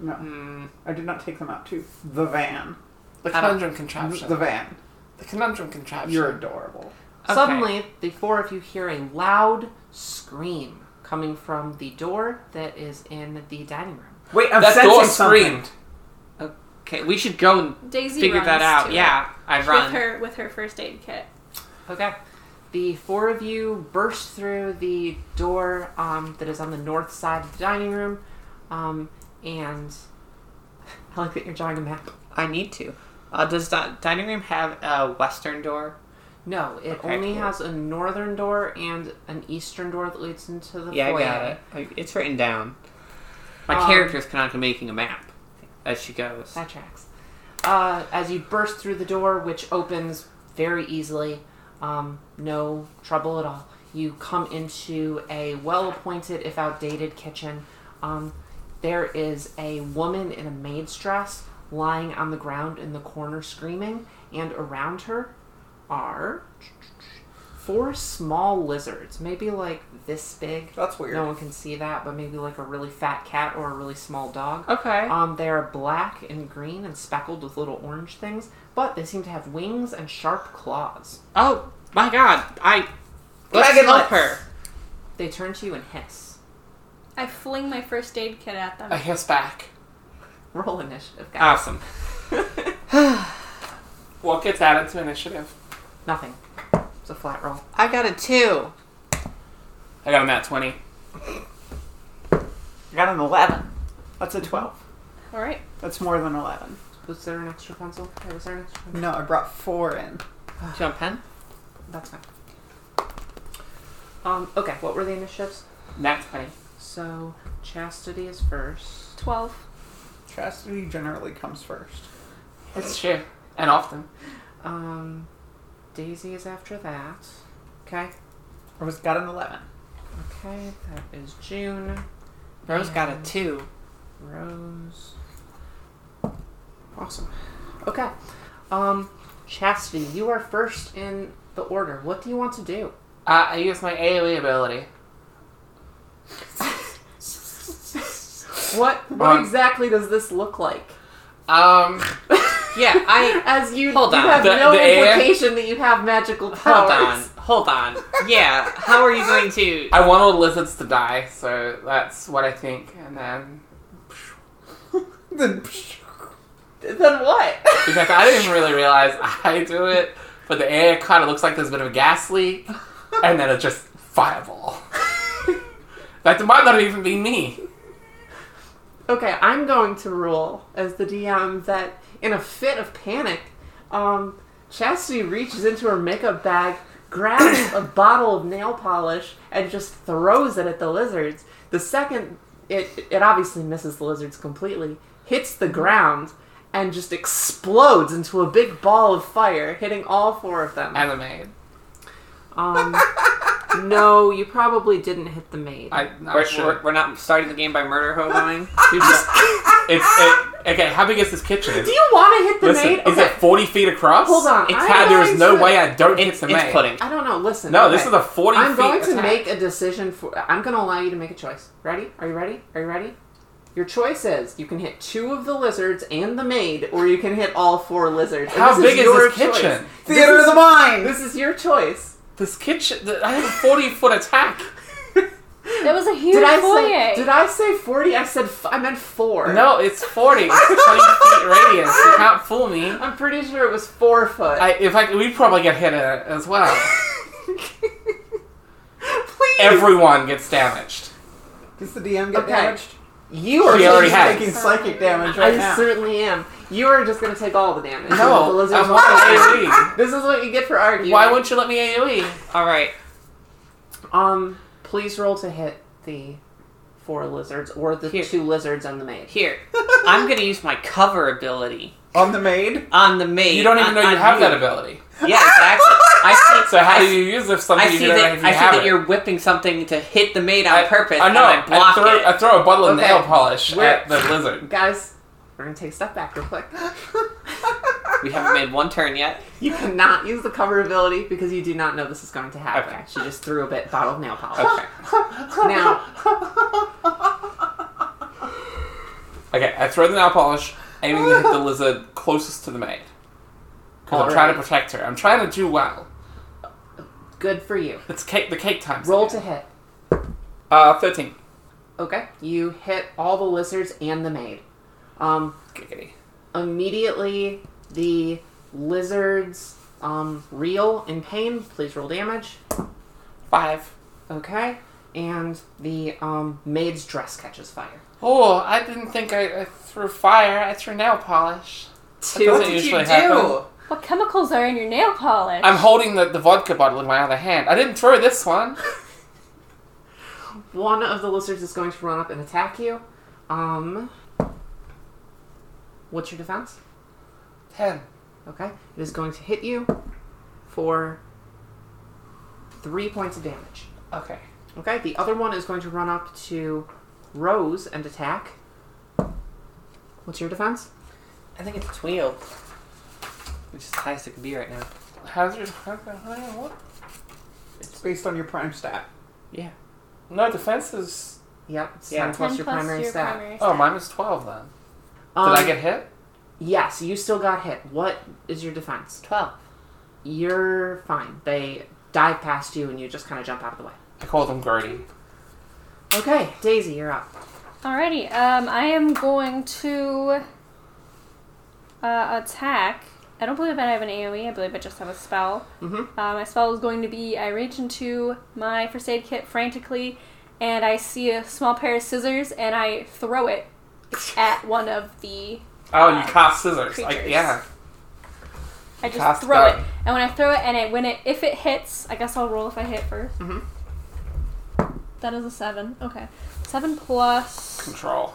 Speaker 3: No. I did not take them out to the van.
Speaker 2: The
Speaker 4: I don't-
Speaker 2: conundrum contraption.
Speaker 3: The van.
Speaker 2: The conundrum contraption.
Speaker 3: You're adorable.
Speaker 4: Okay.
Speaker 1: Suddenly, the four of you hear a loud scream coming from the door that is in the dining room.
Speaker 3: Wait, I'm
Speaker 2: that
Speaker 3: sensing
Speaker 2: door
Speaker 3: something.
Speaker 2: screamed.
Speaker 4: okay. We should go and
Speaker 5: Daisy
Speaker 4: figure
Speaker 5: runs
Speaker 4: that out.
Speaker 5: to
Speaker 4: Yeah, I
Speaker 5: it
Speaker 4: run.
Speaker 5: with her with her first aid kit.
Speaker 1: Okay. The four of you burst through the door um, that is on the north side of the dining room, um, and (laughs) I like that you're drawing a map.
Speaker 4: I need to. Uh, does the dining room have a western door?
Speaker 1: No, it
Speaker 4: Okay,
Speaker 1: only
Speaker 4: cool.
Speaker 1: has a northern door and an eastern door that leads into the
Speaker 4: Yeah,
Speaker 1: foyer.
Speaker 4: I got it. I- It's written down. My
Speaker 1: Um,
Speaker 4: character's canonically making a map as she goes.
Speaker 1: That tracks. Uh, as you burst through the door, which opens very easily, um, no trouble at all, you come into a well appointed, if outdated, kitchen. Um, there is a woman in a maid's dress lying on the ground in the corner screaming, and around her are four small lizards, maybe like this big.
Speaker 3: That's weird.
Speaker 1: No one can see that, but maybe like a really fat cat or a really small dog.
Speaker 4: Okay.
Speaker 1: Um, they are black and green and speckled with little orange things, but they seem to have wings and sharp claws.
Speaker 4: oh my god! I Let's
Speaker 3: Dragon
Speaker 4: help
Speaker 3: lights.
Speaker 4: her.
Speaker 1: They turn to you and hiss.
Speaker 5: I fling my first aid kit at them.
Speaker 2: I hiss back.
Speaker 1: Roll initiative, guys.
Speaker 4: Awesome.
Speaker 2: (sighs) What gets added to initiative?
Speaker 1: Nothing. It's a flat roll.
Speaker 4: I got a two.
Speaker 2: I got a nat 20.
Speaker 3: I got an 11. That's a 12.
Speaker 5: All right.
Speaker 3: That's more than 11.
Speaker 1: Was there an extra pencil? Or was there an extra pencil?
Speaker 3: No, I brought four in.
Speaker 4: Do you want a pen?
Speaker 1: That's fine. Um, okay, what were the initiatives?
Speaker 2: Nat 20.
Speaker 1: So, chastity is first.
Speaker 5: 12.
Speaker 3: Chastity generally comes first.
Speaker 2: That's true. And often.
Speaker 1: Um, Daisy is after that. Okay.
Speaker 3: I was got an 11.
Speaker 1: Okay, that is June.
Speaker 4: Rose got a two.
Speaker 1: Rose. Awesome. Okay. Um, Chastity, you are first in the order. What do you want to do?
Speaker 2: Uh, I use my AoE ability.
Speaker 1: What what
Speaker 2: Um,
Speaker 1: exactly does this look like?
Speaker 2: Um,
Speaker 4: (laughs) Yeah, I
Speaker 1: As you,
Speaker 4: Hold
Speaker 1: you
Speaker 4: on.
Speaker 1: have
Speaker 2: The-
Speaker 1: no
Speaker 2: the air?
Speaker 1: implication that you have magical
Speaker 4: hold
Speaker 1: powers.
Speaker 4: on, hold on. Yeah, how are you going to?
Speaker 2: I want all the lizards to die, so that's what I think. And then.
Speaker 3: Then
Speaker 1: Then what?
Speaker 2: Because I didn't even really realize (laughs) I do it, but the air kind of looks like there's a bit of a gas leak,
Speaker 1: (laughs)
Speaker 2: and then it just fireball. that might not even be me.
Speaker 1: okay, I'm going to rule as the DM that in a fit of panic, um, Chastity reaches into her makeup bag, grabs
Speaker 2: (coughs)
Speaker 1: a bottle of nail polish, and just throws it at the lizards. The second it it obviously misses the lizards completely, hits the ground, and just explodes into a big ball of fire, hitting all four of them.
Speaker 2: And the maid.
Speaker 1: Um,
Speaker 2: (laughs)
Speaker 1: no, you probably didn't hit the maid.
Speaker 2: I,
Speaker 4: (laughs) We're,
Speaker 2: I should.
Speaker 4: we're, we're not starting the game by murder (laughs) hoboing.
Speaker 2: It's, it, okay, how big is this kitchen?
Speaker 1: Do you want to hit the
Speaker 2: Listen,
Speaker 1: maid?
Speaker 2: is it 40 feet across?
Speaker 1: Hold on,
Speaker 2: It's
Speaker 1: I'm
Speaker 2: how there
Speaker 1: going
Speaker 2: is no
Speaker 1: to-
Speaker 2: way I don't hit
Speaker 4: It's,
Speaker 2: the
Speaker 4: it's
Speaker 2: maid.
Speaker 4: pudding.
Speaker 1: I don't know. Listen.
Speaker 2: No,
Speaker 1: okay.
Speaker 2: this is a 40
Speaker 1: I'm
Speaker 2: feet
Speaker 1: going to
Speaker 2: attack.
Speaker 1: make a decision for. I'm going to allow you to make a choice. Ready? Are you ready? Are you ready? Your choice is you can hit two of the lizards and the maid, or you can hit all four lizards. And
Speaker 2: How
Speaker 1: this
Speaker 2: big is
Speaker 1: your
Speaker 2: this kitchen?
Speaker 1: choice.
Speaker 3: Theater of the mind!
Speaker 1: This is your choice.
Speaker 2: This kitchen. th- I have a 40 foot attack.
Speaker 5: That was a huge
Speaker 1: Did I
Speaker 5: foyer.
Speaker 1: say? Did I say forty? I said f- I meant four.
Speaker 2: No, it's 40. It's 20 feet radius. You can't fool me.
Speaker 1: I'm pretty sure it was four foot.
Speaker 2: I, if I, we'd probably get hit uh, as well.
Speaker 1: (laughs) Please.
Speaker 2: Everyone gets damaged.
Speaker 3: Does the DM get
Speaker 1: Okay.
Speaker 3: damaged?
Speaker 1: you are.
Speaker 2: She
Speaker 3: She's
Speaker 2: already
Speaker 1: just-
Speaker 2: has.
Speaker 3: taking psychic damage
Speaker 1: I
Speaker 3: right now.
Speaker 1: certainly am. You are just going to take all the damage. The
Speaker 2: No,
Speaker 1: lizards
Speaker 2: I
Speaker 1: won't take it.
Speaker 4: (laughs)
Speaker 2: want
Speaker 1: This is what you get for
Speaker 2: AoE.
Speaker 1: arguing.
Speaker 2: E. Why won't you let me E? AoE?
Speaker 4: All right,
Speaker 1: Um, please roll to hit the four lizards or the
Speaker 4: Here.
Speaker 1: two lizards and the maid.
Speaker 4: here. I'm going to use my cover ability
Speaker 3: On the maid?
Speaker 4: on the maid.
Speaker 2: You don't even
Speaker 4: on-
Speaker 2: know you
Speaker 4: on
Speaker 2: have that ability.
Speaker 4: Yeah, exactly. I see.
Speaker 2: (laughs) So how
Speaker 4: I
Speaker 2: do you use if something
Speaker 4: I
Speaker 2: you
Speaker 4: see
Speaker 2: don't know
Speaker 4: that. I
Speaker 2: if
Speaker 4: see
Speaker 2: you have
Speaker 4: that
Speaker 2: it?
Speaker 4: you're whipping something to hit the maid on purpose.
Speaker 2: I know.
Speaker 4: And I block
Speaker 2: throw,
Speaker 4: it.
Speaker 2: I throw a bottle of
Speaker 1: Okay.
Speaker 2: nail polish
Speaker 1: We're-
Speaker 2: at the lizard.
Speaker 1: Guys, we're gonna take a step back real quick. (gasps)
Speaker 4: we haven't made one turn yet.
Speaker 1: You cannot use the cover ability because you do not know this is going to happen.
Speaker 2: Okay.
Speaker 1: She just threw a bit bottle of nail polish.
Speaker 2: Okay.
Speaker 1: (laughs) Now,
Speaker 2: Okay. I throw the nail polish, aiming to hit the lizard closest to the maid. Because I'm
Speaker 1: All
Speaker 2: trying to
Speaker 1: right.
Speaker 2: protect her. I'm trying to do well.
Speaker 1: good for you.
Speaker 2: It's cake. The cake times.
Speaker 1: Roll to
Speaker 2: again.
Speaker 1: hit.
Speaker 2: uh thirteen.
Speaker 1: Okay, you hit all the lizards and the maid. Um,
Speaker 2: Giggity.
Speaker 1: immediately the lizards um, reel in pain. Please roll damage.
Speaker 2: Five.
Speaker 1: Okay, and the um, maid's dress catches fire.
Speaker 2: Oh, I didn't think I, I threw fire. I threw nail polish.
Speaker 1: Two.
Speaker 2: Doesn't usually happen.
Speaker 5: What chemicals are in your nail polish?
Speaker 2: I'm holding the, the vodka bottle in my other hand. I didn't throw this one.
Speaker 1: One of the lizards is going to run up and attack you. Um, what's your defense?
Speaker 2: (laughs) Ten.
Speaker 1: Okay, it is going to hit you for three points of damage.
Speaker 2: Okay.
Speaker 1: Okay, the other one is going to run up to Rose and attack. What's your defense?
Speaker 4: I think it's twelve, which is the highest it can be right now.
Speaker 2: How's your how's your- what?
Speaker 3: It's based on your prime stat.
Speaker 4: Yeah.
Speaker 2: No defense is.
Speaker 1: Yep, it's
Speaker 4: Yeah.
Speaker 1: 10 plus your primary stat.
Speaker 2: Oh, mine was twelve then.
Speaker 1: Um,
Speaker 2: Did I get hit?
Speaker 1: Yes, you still got hit. What is your defense?
Speaker 4: Twelve.
Speaker 1: You're fine. They dive past you and you just kind of jump out of the way.
Speaker 2: I call them Gertie.
Speaker 1: Okay, Daisy, you're up.
Speaker 5: Alrighty, um, I am going to uh, attack. I don't believe I have an AoE, I believe I just have a spell.
Speaker 1: Mhm.
Speaker 5: Uh, my spell is going to be I reach into my first aid kit frantically, and I see a small pair of scissors, and I throw it
Speaker 1: (laughs)
Speaker 5: at one of the.
Speaker 2: Oh, you cast scissors. Like,
Speaker 5: Creatures.
Speaker 2: yeah.
Speaker 5: I just
Speaker 2: Cast
Speaker 5: throw
Speaker 2: that.
Speaker 5: it, and when I throw it, and it when it if it hits, I guess I'll roll if I hit 1st
Speaker 2: Mm-hmm.
Speaker 1: Mhm.
Speaker 5: That is a seven. Okay, seven plus
Speaker 2: Control.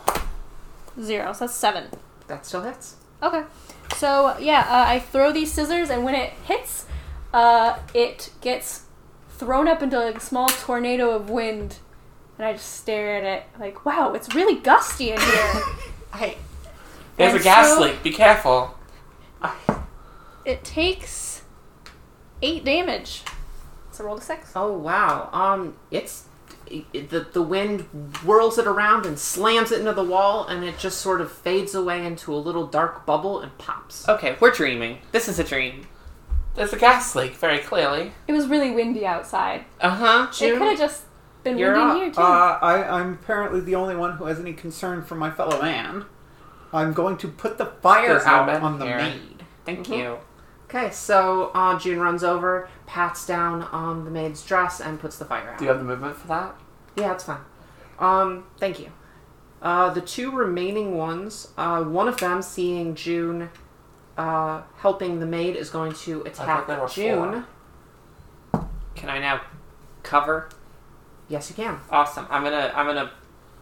Speaker 5: zero, so that's seven.
Speaker 1: That still hits.
Speaker 5: Okay. So yeah, uh, I throw these scissors, and when it hits, uh, it gets thrown up into like, a small tornado of wind, and I just stare at it like, "Wow, it's really gusty
Speaker 2: (laughs)
Speaker 5: in here."
Speaker 1: Hey,
Speaker 2: There's a
Speaker 5: And
Speaker 2: gas
Speaker 5: so-
Speaker 2: leak. Be careful.
Speaker 5: it takes eight damage. So roll a six.
Speaker 1: Oh wow. Um, it's it, the the wind whirls it around and slams it into the wall, and it just sort of fades away into a little dark bubble and pops.
Speaker 4: Okay, we're dreaming. This is a dream.
Speaker 2: There's a gas leak, very clearly.
Speaker 5: It was really windy outside.
Speaker 4: Uh
Speaker 1: Uh-huh.
Speaker 4: huh.
Speaker 5: It could have just been
Speaker 1: you're
Speaker 5: windy
Speaker 1: up.
Speaker 5: in here too.
Speaker 3: Uh, I, I'm apparently the only one who has any concern for my fellow man. I'm going to put the fire
Speaker 2: There's no
Speaker 3: out
Speaker 2: man
Speaker 3: on the
Speaker 2: here.
Speaker 3: maid.
Speaker 4: Thank
Speaker 1: Mhm.
Speaker 4: you.
Speaker 1: Okay, so uh, June runs over, pats down um, the maid's dress, and puts the fire out.
Speaker 2: Do you have the movement for that?
Speaker 1: Yeah, that's fine. Um, thank you. Uh, the two remaining ones, uh, one of them seeing June uh, helping the maid is going to attack
Speaker 2: there were
Speaker 1: June.
Speaker 2: four.
Speaker 4: Can I now cover?
Speaker 1: Yes, you can.
Speaker 4: Awesome. I'm gonna I'm gonna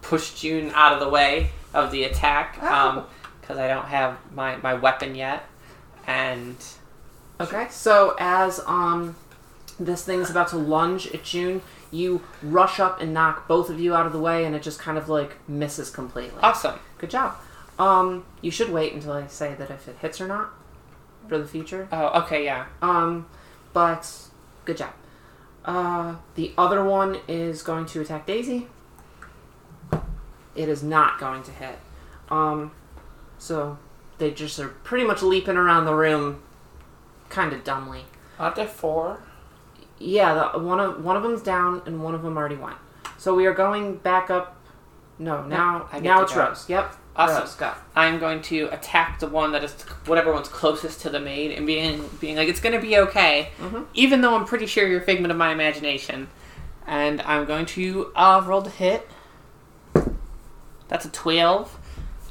Speaker 4: push June out of the way of the attack um because I don't have my my weapon yet and
Speaker 1: Okay, so as um, this thing is about to lunge at June, you rush up and knock both of you out of the way, and it just kind of like misses completely.
Speaker 4: awesome.
Speaker 1: Good job. Um, you should wait until I say that if it hits or not for the future.
Speaker 4: Oh okay yeah.
Speaker 1: Um, but good job. Uh, the other one is going to attack Daisy. It is not going to hit. Um, so they just are pretty much leaping around the room, kind of dumbly.
Speaker 2: Aren't there four?
Speaker 1: Yeah, the, one of one of them's down and one of them already went. So we are going back up. No, now
Speaker 4: I get
Speaker 1: now
Speaker 4: to
Speaker 1: it's
Speaker 4: go.
Speaker 1: Rose. Yep,
Speaker 4: Awesome.
Speaker 1: Rose, go.
Speaker 4: I'm going to attack the one that is whatever one's closest to the maid and being being like it's gonna be okay,
Speaker 1: Mhm.
Speaker 4: even though I'm pretty sure you're a figment of my imagination. And I'm going to uh, roll to hit. That's a twelve,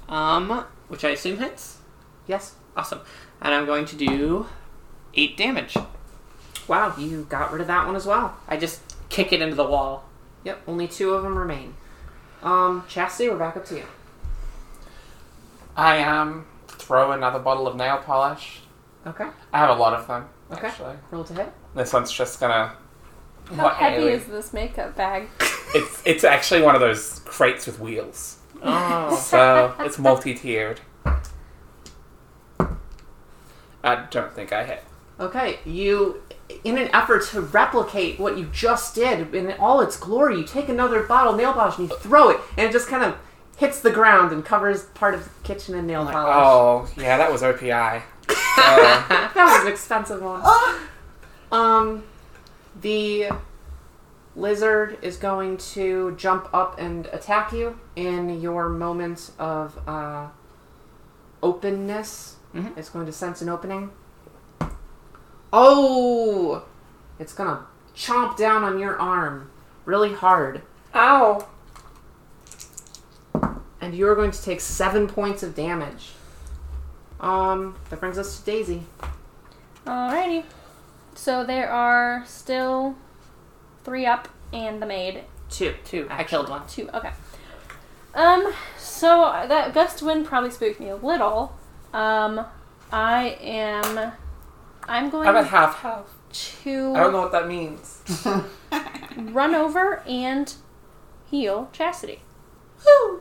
Speaker 4: um, which I assume hits.
Speaker 1: Yes.
Speaker 4: Awesome, and I'm going to do eight damage.
Speaker 1: Wow, you got rid of that one as well.
Speaker 4: I just kick it into the wall.
Speaker 1: Yep, only two of them remain. Um, Chastity, we're back up to you.
Speaker 2: I um throw another bottle of nail polish.
Speaker 1: Okay,
Speaker 2: I have a lot of them.
Speaker 1: Okay.
Speaker 2: Actually,
Speaker 1: roll to hit.
Speaker 2: this one's just gonna.
Speaker 5: How
Speaker 2: What
Speaker 5: heavy
Speaker 2: alien-
Speaker 5: is this makeup bag?
Speaker 2: It's it's actually one of those crates with wheels.
Speaker 4: Oh,
Speaker 2: So it's multi-tiered. I don't think I hit.
Speaker 1: Okay, you, in an effort to replicate what you just did in all its glory, you take another bottle of nail polish and you throw it, and it just kind of hits the ground and covers part of the kitchen in nail polish.
Speaker 2: Oh yeah, that was OPI. So,
Speaker 1: (laughs) That was an expensive one. Um, the lizard is going to jump up and attack you in your moment of uh, openness.
Speaker 4: Mhm.
Speaker 1: It's going to sense an opening. Oh! It's going to chomp down on your arm really hard.
Speaker 4: ow!
Speaker 1: And you're going to take seven points of damage. Um, that brings us to Daisy.
Speaker 5: Alrighty. So there are still three up and the maid.
Speaker 1: Two.
Speaker 4: Two. I killed one.
Speaker 5: Two. Okay. Um. So that gust wind probably spooked me a little. Um. I am. I'm going
Speaker 2: I'm at half half. I don't
Speaker 5: to
Speaker 2: know what that means.
Speaker 5: run over and heal Chastity.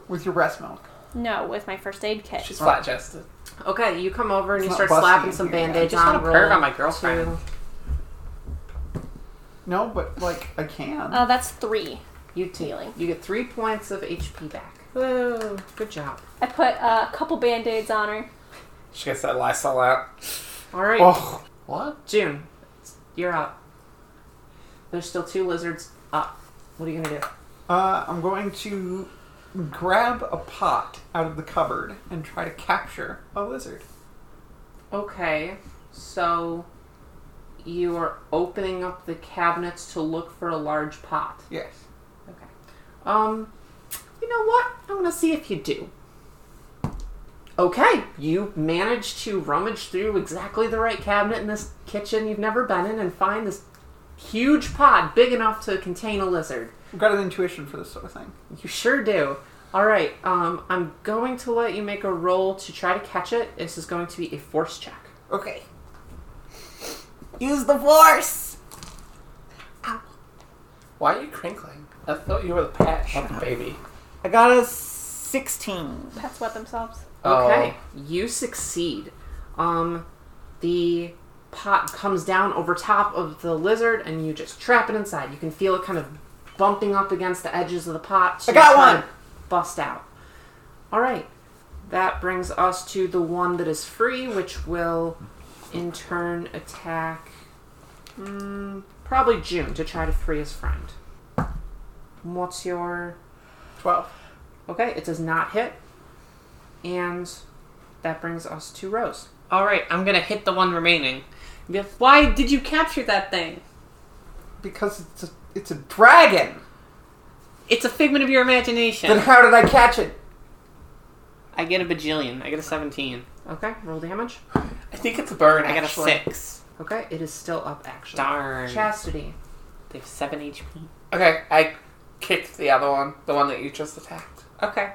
Speaker 3: With your breast milk.
Speaker 5: No, with my first aid kit.
Speaker 2: She's flat chested.
Speaker 1: Okay, you come over and
Speaker 3: It's
Speaker 1: you
Speaker 3: not
Speaker 1: start
Speaker 3: busting
Speaker 1: slapping
Speaker 3: in
Speaker 1: some
Speaker 3: here, yeah.
Speaker 1: band
Speaker 4: I
Speaker 1: aids
Speaker 4: just
Speaker 1: on.
Speaker 4: want to perv
Speaker 1: roll
Speaker 4: on my girlfriend.
Speaker 1: to-
Speaker 3: No, but like I can.
Speaker 5: Uh, that's three.
Speaker 1: You take-
Speaker 5: Healing.
Speaker 1: You get three points of HP back.
Speaker 4: Whoa.
Speaker 1: Good job.
Speaker 5: I put uh, a couple band aids on her.
Speaker 2: She gets that Lysol out.
Speaker 1: All right,
Speaker 3: oh,
Speaker 2: What?
Speaker 1: June, you're up. There's still two lizards up. What are you gonna do?
Speaker 3: Uh, I'm going to grab a pot out of the cupboard and try to capture a lizard.
Speaker 1: Okay, so you are opening up the cabinets to look for a large pot.
Speaker 3: Yes.
Speaker 1: Okay. Um, you know what? I want to see if you do. Okay, you managed to rummage through exactly the right cabinet in this kitchen you've never been in and find this huge pot big enough to contain a lizard.
Speaker 3: I've got an intuition for this sort of thing.
Speaker 1: You sure do. All right, um, I'm going to let you make a roll to try to catch it. This is going to be a force check.
Speaker 3: Okay. Use the force!
Speaker 2: Why are you crinkling? I thought you were the pet, not the baby.
Speaker 6: I got a 16.
Speaker 5: Pets wet themselves.
Speaker 1: Okay,
Speaker 6: Oh.
Speaker 1: you succeed. Um, the pot comes down over top of the lizard, and you just trap it inside. You can feel it kind of bumping up against the edges of the pot. to
Speaker 6: I got
Speaker 1: try to
Speaker 6: one.
Speaker 1: Bust out. All right, that brings us to the one that is free, which will, in turn, attack. mm, probably June to try to free his friend. What's your
Speaker 3: 12.
Speaker 1: Okay, it does not hit. And that brings us to Rose.
Speaker 4: All right, I'm gonna hit the one remaining. Be like, Why did you capture that thing?
Speaker 3: Because it's a, it's a dragon!
Speaker 4: It's a figment of your
Speaker 3: Then
Speaker 4: imagination.
Speaker 3: how did I catch it?
Speaker 4: I get a bajillion. I get a 17.
Speaker 1: Okay, roll damage.
Speaker 2: I think it's a bird.
Speaker 4: I got a
Speaker 2: actually.
Speaker 4: six.
Speaker 1: Okay, it is still up actually.
Speaker 4: Darn.
Speaker 1: Chastity.
Speaker 4: They have seven HP.
Speaker 2: Okay, I kicked the other one, the one that you just attacked.
Speaker 4: Okay.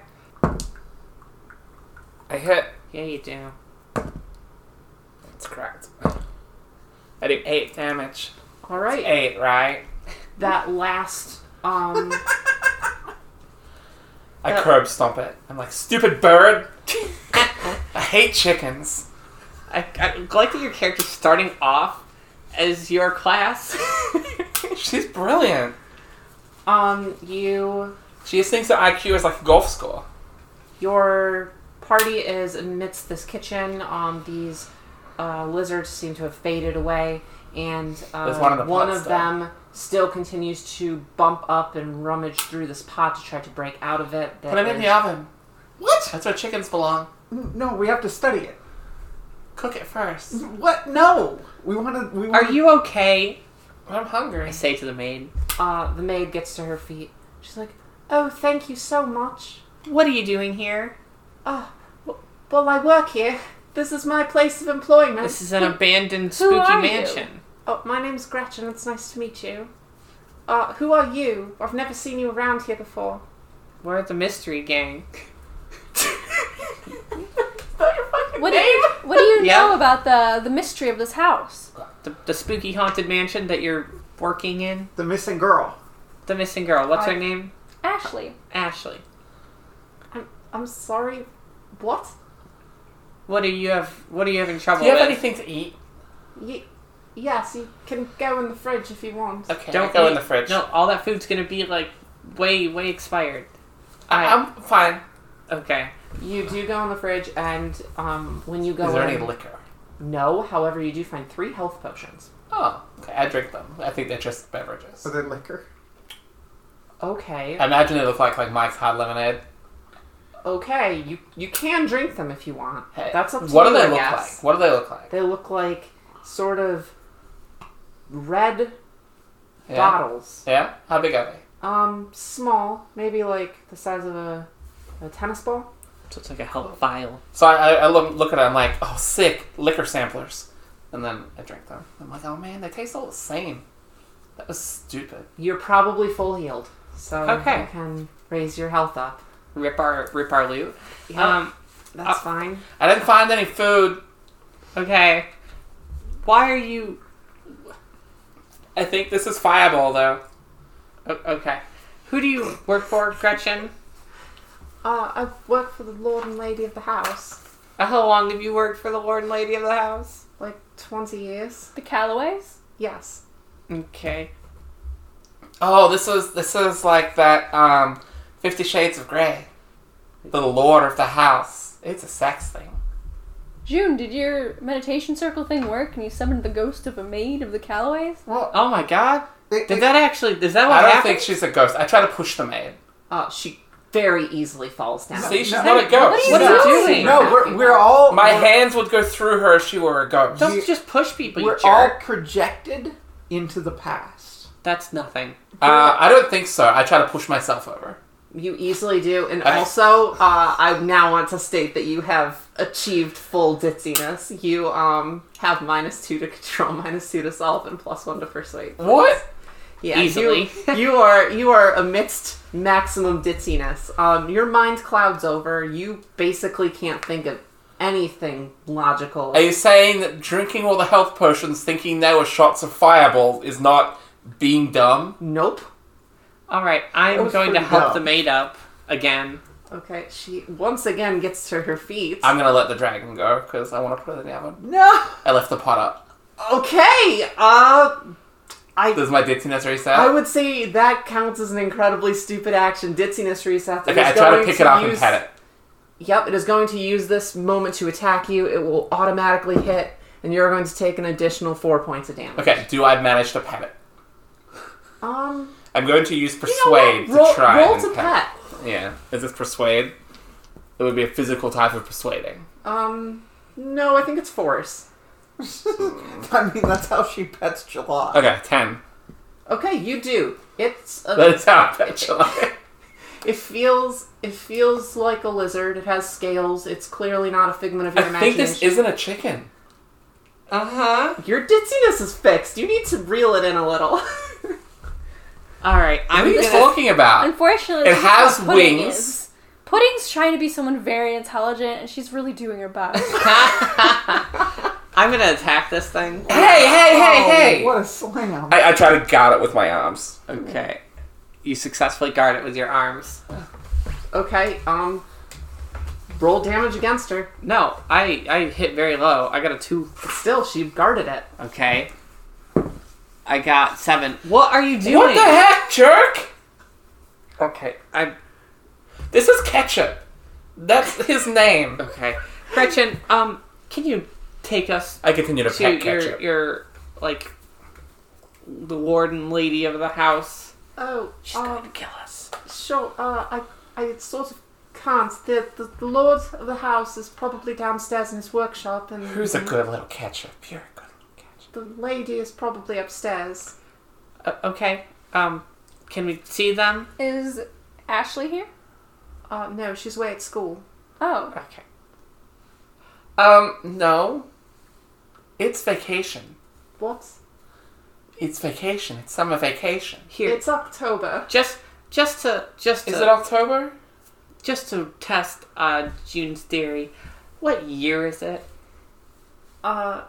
Speaker 2: I hit.
Speaker 4: Yeah, you do.
Speaker 2: That's correct. I do eight damage.
Speaker 1: All right.
Speaker 2: Eight, right?
Speaker 1: That last um
Speaker 2: I curb stomp it. I'm like, stupid bird. I hate chickens.
Speaker 4: I, I like that your character's starting off as your class. (laughs)
Speaker 2: She's brilliant.
Speaker 1: um you
Speaker 2: She just thinks her IQ is like a golf score.
Speaker 1: your party is amidst this kitchen. Um these uh, lizards seem to have faded away and uh,
Speaker 2: There's one in the pot
Speaker 1: of
Speaker 2: still.
Speaker 1: them still continues to bump up and rummage through this pot to try to break out of it. That
Speaker 2: Put them in
Speaker 1: is-
Speaker 2: the oven. What? That's where chickens belong.
Speaker 3: No, we have to study it.
Speaker 2: Cook it first.
Speaker 3: What? No! We want to. We wanna,
Speaker 4: Are you okay?
Speaker 2: I'm hungry.
Speaker 4: I say to the maid.
Speaker 1: Uh, the maid gets to her feet. She's like, "Oh, thank you so much.
Speaker 4: What are you doing here?
Speaker 1: Well, I work here. This is my place of employment.
Speaker 4: This is an abandoned
Speaker 5: Who
Speaker 4: spooky
Speaker 5: are you?
Speaker 4: mansion.
Speaker 1: oh, my name's Gretchen. It's nice to meet you. Uh, who are you? I've never seen you around here (laughs) before.
Speaker 4: We're the mystery gang.
Speaker 5: What do (laughs) you, what
Speaker 2: (laughs)
Speaker 5: do you
Speaker 4: Yeah.
Speaker 5: know about the the mystery of this house?
Speaker 4: The, the spooky haunted mansion that you're working in.
Speaker 3: the missing girl.
Speaker 4: The missing girl. What's
Speaker 1: I-
Speaker 4: her name?
Speaker 5: Ashley,
Speaker 4: Ashley.
Speaker 1: I'm, I'm sorry. What?
Speaker 4: What do you have? What are you having trouble
Speaker 2: Do you have
Speaker 4: with?
Speaker 2: anything to eat?
Speaker 1: Ye- yes, you can go in the fridge if you want.
Speaker 2: Okay,
Speaker 4: Don't
Speaker 2: don't go in
Speaker 4: eat-
Speaker 2: the fridge.
Speaker 4: No, all that food's gonna be like way, way expired.
Speaker 2: I, I'm fine.
Speaker 4: Okay.
Speaker 1: You do go in the fridge, and um, when you go
Speaker 2: Is there
Speaker 1: in,
Speaker 2: any liquor?
Speaker 1: no. However, you do find three health potions.
Speaker 2: Oh, okay. I drink them. I think they're just beverages.
Speaker 3: Are there liquor?
Speaker 1: Okay.
Speaker 2: I imagine they look like like Mike's hard lemonade.
Speaker 1: Okay, you you can drink them if you want.
Speaker 2: Hey,
Speaker 1: That's up to
Speaker 2: What
Speaker 1: you.
Speaker 2: do they
Speaker 1: I
Speaker 2: look
Speaker 1: guess.
Speaker 2: like? What do they look like?
Speaker 1: They look like sort of red
Speaker 2: Yeah.
Speaker 1: bottles.
Speaker 2: Yeah. How big are they?
Speaker 1: Um, small, maybe like the size of a, a tennis ball.
Speaker 4: So it's like a health vial.
Speaker 2: So I, I, I look, look at it. I'm like, oh, sick liquor samplers, and then I drink them. I'm like, oh man, they taste all the same. That was stupid.
Speaker 1: You're probably full healed, so
Speaker 4: Okay.
Speaker 1: you can raise your health up.
Speaker 4: Rip our rip our loot. Um.
Speaker 1: That's
Speaker 4: uh,
Speaker 1: fine.
Speaker 2: I didn't find any food.
Speaker 4: Okay. Why are you
Speaker 2: I think this is Fireball though.
Speaker 4: o- okay? Who do you work for, Gretchen?
Speaker 1: Uh, I work for the Lord and Lady of the House,
Speaker 4: Uh, How long have you worked for the Lord and Lady of the House?
Speaker 1: like twenty years.
Speaker 5: the Callaways.
Speaker 1: Yes.
Speaker 4: Okay.
Speaker 2: Oh, this is this is like that um, Fifty Shades of Grey. The Lord of the House. It's a sex thing.
Speaker 5: June, did your meditation circle thing work? And you summoned the ghost of a maid of the Callaways?
Speaker 3: Well,
Speaker 4: Oh my God.
Speaker 3: It-
Speaker 4: Did
Speaker 3: it-
Speaker 4: that actually? Is that what
Speaker 2: I don't
Speaker 4: happened?
Speaker 2: think she's a ghost. I try to push the maid.
Speaker 1: Uh, she very easily falls down.
Speaker 2: See, she's
Speaker 3: no.
Speaker 2: not a ghost.
Speaker 4: What are you doing?
Speaker 3: no, we're, we're
Speaker 2: (laughs)
Speaker 3: all
Speaker 2: My
Speaker 3: we're,
Speaker 2: hands would go through her if she were a ghost.
Speaker 4: Don't
Speaker 3: you-
Speaker 4: just push people, you
Speaker 3: We're
Speaker 4: jerk.
Speaker 3: all projected into the past. (laughs)
Speaker 4: That's nothing.
Speaker 2: Uh, I don't think so. I try to push myself over.
Speaker 1: You easily do, and
Speaker 2: Okay.
Speaker 1: also uh, I now want to state that you have achieved full ditziness. You um have minus two to control, (laughs) minus two to solve, and plus one to persuade.
Speaker 2: What?
Speaker 1: Yeah, you-
Speaker 4: Easily.
Speaker 1: You, are you are amidst maximum ditziness. Um, your mind clouds over. You basically can't think of anything logical.
Speaker 2: Are you saying that drinking all the health potions, thinking they were shots of fireball, is not being dumb?
Speaker 1: nope.
Speaker 4: All right, I'm
Speaker 3: was
Speaker 4: going to
Speaker 3: pretty
Speaker 4: help
Speaker 3: dumb.
Speaker 4: the maid up again.
Speaker 1: Okay, she once again gets to her feet.
Speaker 2: I'm gonna let the dragon go because I want to put it in the oven.
Speaker 3: No,
Speaker 2: I left the pot up.
Speaker 1: okay, uh,
Speaker 2: Does my ditziness reset?
Speaker 1: I would say that counts as an incredibly stupid action. Ditziness reset.
Speaker 2: okay,
Speaker 1: is
Speaker 2: I try to
Speaker 1: going
Speaker 2: pick it up and
Speaker 1: use-
Speaker 2: pet it.
Speaker 1: Yep, it is going to use this moment to attack you. It will automatically hit, and you're going to take an additional four points of damage.
Speaker 2: Okay, do I manage to pet it?
Speaker 1: Um,
Speaker 2: I'm going to use
Speaker 1: you know what?
Speaker 2: persuade
Speaker 1: roll,
Speaker 2: to try
Speaker 1: roll
Speaker 2: and
Speaker 1: to
Speaker 2: pet.
Speaker 1: pet.
Speaker 2: it. Yeah, is this persuade? It would be a physical type of persuading.
Speaker 1: Um, no, I think it's force.
Speaker 3: I mean that's how she pets July.
Speaker 2: Okay, ten. (laughs)
Speaker 1: Okay, you do. It's a,
Speaker 2: That's how I pet July.
Speaker 1: it feels it feels like a lizard. It has scales. It's clearly not a figment of your
Speaker 2: I think
Speaker 1: imagination.
Speaker 2: this isn't a chicken.
Speaker 4: Uh huh.
Speaker 1: your ditziness is fixed. You need to reel it in a little. (laughs)
Speaker 4: All right,
Speaker 2: What
Speaker 4: I'm
Speaker 2: are you
Speaker 4: gonna.
Speaker 2: talking about?
Speaker 5: Unfortunately,
Speaker 2: Uh, It
Speaker 5: this is how
Speaker 2: has
Speaker 5: Pudding
Speaker 2: wings.
Speaker 5: is. Pudding's trying to be someone very intelligent, and she's really doing her best.
Speaker 2: (laughs)
Speaker 4: I'm gonna attack this thing.
Speaker 2: Hey, hey,
Speaker 4: Oh,
Speaker 2: hey, hey!
Speaker 3: Oh, What a slam!
Speaker 2: I, I try to guard it with my arms.
Speaker 4: Okay. You successfully guard it with your arms.
Speaker 1: okay. Um, roll damage against her.
Speaker 4: No, I I hit very low. I got a two.
Speaker 1: Still, she guarded it.
Speaker 4: Okay. I got seven. What are you doing?
Speaker 2: What the heck, jerk? Okay,
Speaker 4: I
Speaker 2: this is ketchup. That's his name.
Speaker 4: okay. Gretchen, um, can you take us
Speaker 2: I continue to
Speaker 4: to
Speaker 2: pet
Speaker 4: your
Speaker 2: ketchup.
Speaker 4: your like the warden lady of the house?
Speaker 1: Oh,
Speaker 4: She's going to
Speaker 1: um,
Speaker 4: kill us.
Speaker 1: sure. Uh, I, I sort of can't. The, the the lord of the house is probably downstairs in his workshop, and
Speaker 2: Who's a good little ketchup? You're a good little ketchup.
Speaker 1: the lady is probably upstairs.
Speaker 4: Uh, okay. Um, can we see them?
Speaker 5: is Ashley here?
Speaker 1: Uh, no, she's away at school.
Speaker 5: Oh,
Speaker 4: Okay.
Speaker 2: Um, no. It's vacation.
Speaker 1: What?
Speaker 2: It's vacation. It's summer vacation.
Speaker 4: Here,
Speaker 1: It's October.
Speaker 4: just just to just to,
Speaker 2: Is it October?
Speaker 4: just to test uh June's theory. What year is it?
Speaker 1: Uh,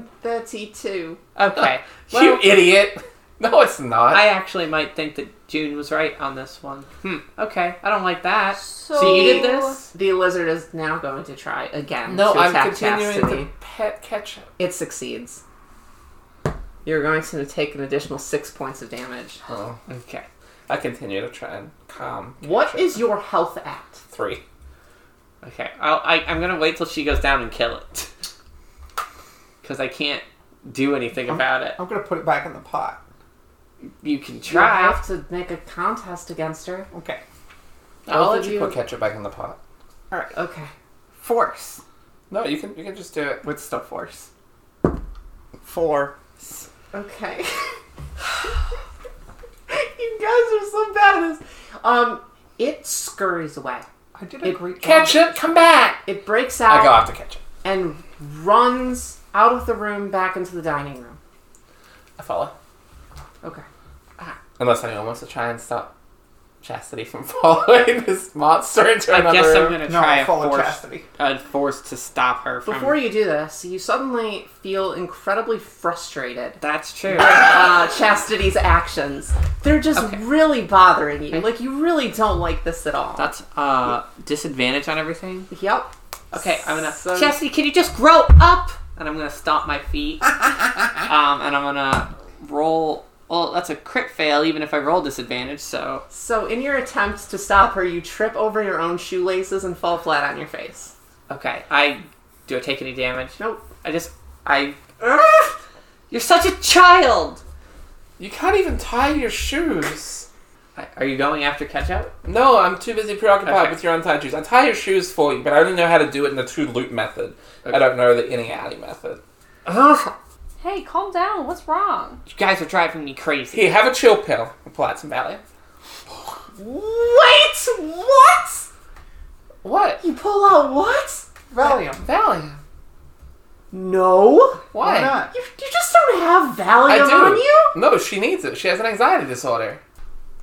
Speaker 1: 1932.
Speaker 4: Okay.
Speaker 2: (laughs) you
Speaker 4: Well,
Speaker 2: idiot. (laughs) No, it's not.
Speaker 4: I actually might think that June was right on this one. Hmm. Okay. I don't like that.
Speaker 5: so,
Speaker 4: So you did this?
Speaker 1: The lizard is now going to try again.
Speaker 2: no,
Speaker 1: to
Speaker 2: I'm
Speaker 1: attack
Speaker 2: continuing
Speaker 1: Chastity.
Speaker 2: to pet ketchup.
Speaker 1: It succeeds. You're going to take an additional six points of damage.
Speaker 2: Oh, okay. I continue to try and calm.
Speaker 1: What is your health at?
Speaker 2: Three.
Speaker 4: Okay. I'll, I I'm gonna wait till she goes down and kill it, because I can't do anything about it.
Speaker 3: I'm gonna put it back in the pot.
Speaker 4: You can
Speaker 1: You
Speaker 4: try.
Speaker 1: have to make a contest against her.
Speaker 3: Okay,
Speaker 2: I'll
Speaker 1: Both
Speaker 2: let
Speaker 1: of
Speaker 2: you
Speaker 1: you-
Speaker 2: put ketchup back in the pot.
Speaker 1: Okay.
Speaker 6: Force.
Speaker 2: No, you can you can just do it.
Speaker 3: with still force. Four.
Speaker 1: Okay. (laughs) you guys are so bad at this. Um, it scurries away.
Speaker 3: I did a
Speaker 1: It-
Speaker 3: great job.
Speaker 2: Ketchup, come back!
Speaker 1: It breaks
Speaker 2: I go
Speaker 1: out
Speaker 2: after ketchup.
Speaker 1: and runs out of the room back into the dining room.
Speaker 2: I follow.
Speaker 1: Okay.
Speaker 2: Unless anyone wants to try and stop Chastity from (laughs) following this monster into
Speaker 4: I
Speaker 2: another
Speaker 4: guess I'm
Speaker 2: room.
Speaker 4: gonna
Speaker 3: No,
Speaker 4: try
Speaker 3: I
Speaker 4: a
Speaker 3: follow
Speaker 4: force,
Speaker 3: chastity.
Speaker 4: a force to stop her from.
Speaker 1: Before you do this, you suddenly feel incredibly
Speaker 4: (laughs)
Speaker 1: frustrated.
Speaker 4: That's
Speaker 2: (laughs)
Speaker 4: true.
Speaker 1: Uh, Chastity's actions. They're just
Speaker 4: Okay.
Speaker 1: really bothering you. Like, you really don't like this at all.
Speaker 4: That's uh disadvantage on everything.
Speaker 1: yep.
Speaker 4: Okay, I'm gonna.
Speaker 1: So-
Speaker 4: Chastity, can you just grow up? And I'm gonna stomp my (laughs) feet. um, and I'm gonna roll. Well, that's a crit fail, even if I roll disadvantage. So
Speaker 1: So, in your attempt to stop her, you trip over your own shoelaces and fall flat on your face.
Speaker 4: okay, I do I take any damage?
Speaker 1: Nope.
Speaker 4: I just I. Ugh! you're such a child.
Speaker 2: You can't even tie your shoes.
Speaker 4: Are you going after catch up?
Speaker 2: No, I'm too busy preoccupied
Speaker 4: Okay.
Speaker 2: with your untied shoes. I tie your shoes for you, but I only know how to do it in the true loop method. I don't know the innie alley method.
Speaker 4: Ugh,
Speaker 5: Hey, calm down. What's wrong?
Speaker 4: you guys are driving me crazy.
Speaker 2: Here, have a chill pill. Apply some value.
Speaker 1: Wait, what?
Speaker 2: What?
Speaker 1: You pull out what?
Speaker 3: Valium.
Speaker 2: Valium.
Speaker 1: No.
Speaker 3: Why
Speaker 2: Why?
Speaker 3: not?
Speaker 1: You, you just don't have
Speaker 2: I
Speaker 1: Valium
Speaker 2: do.
Speaker 1: on you.
Speaker 2: No, she needs it. She has an anxiety disorder.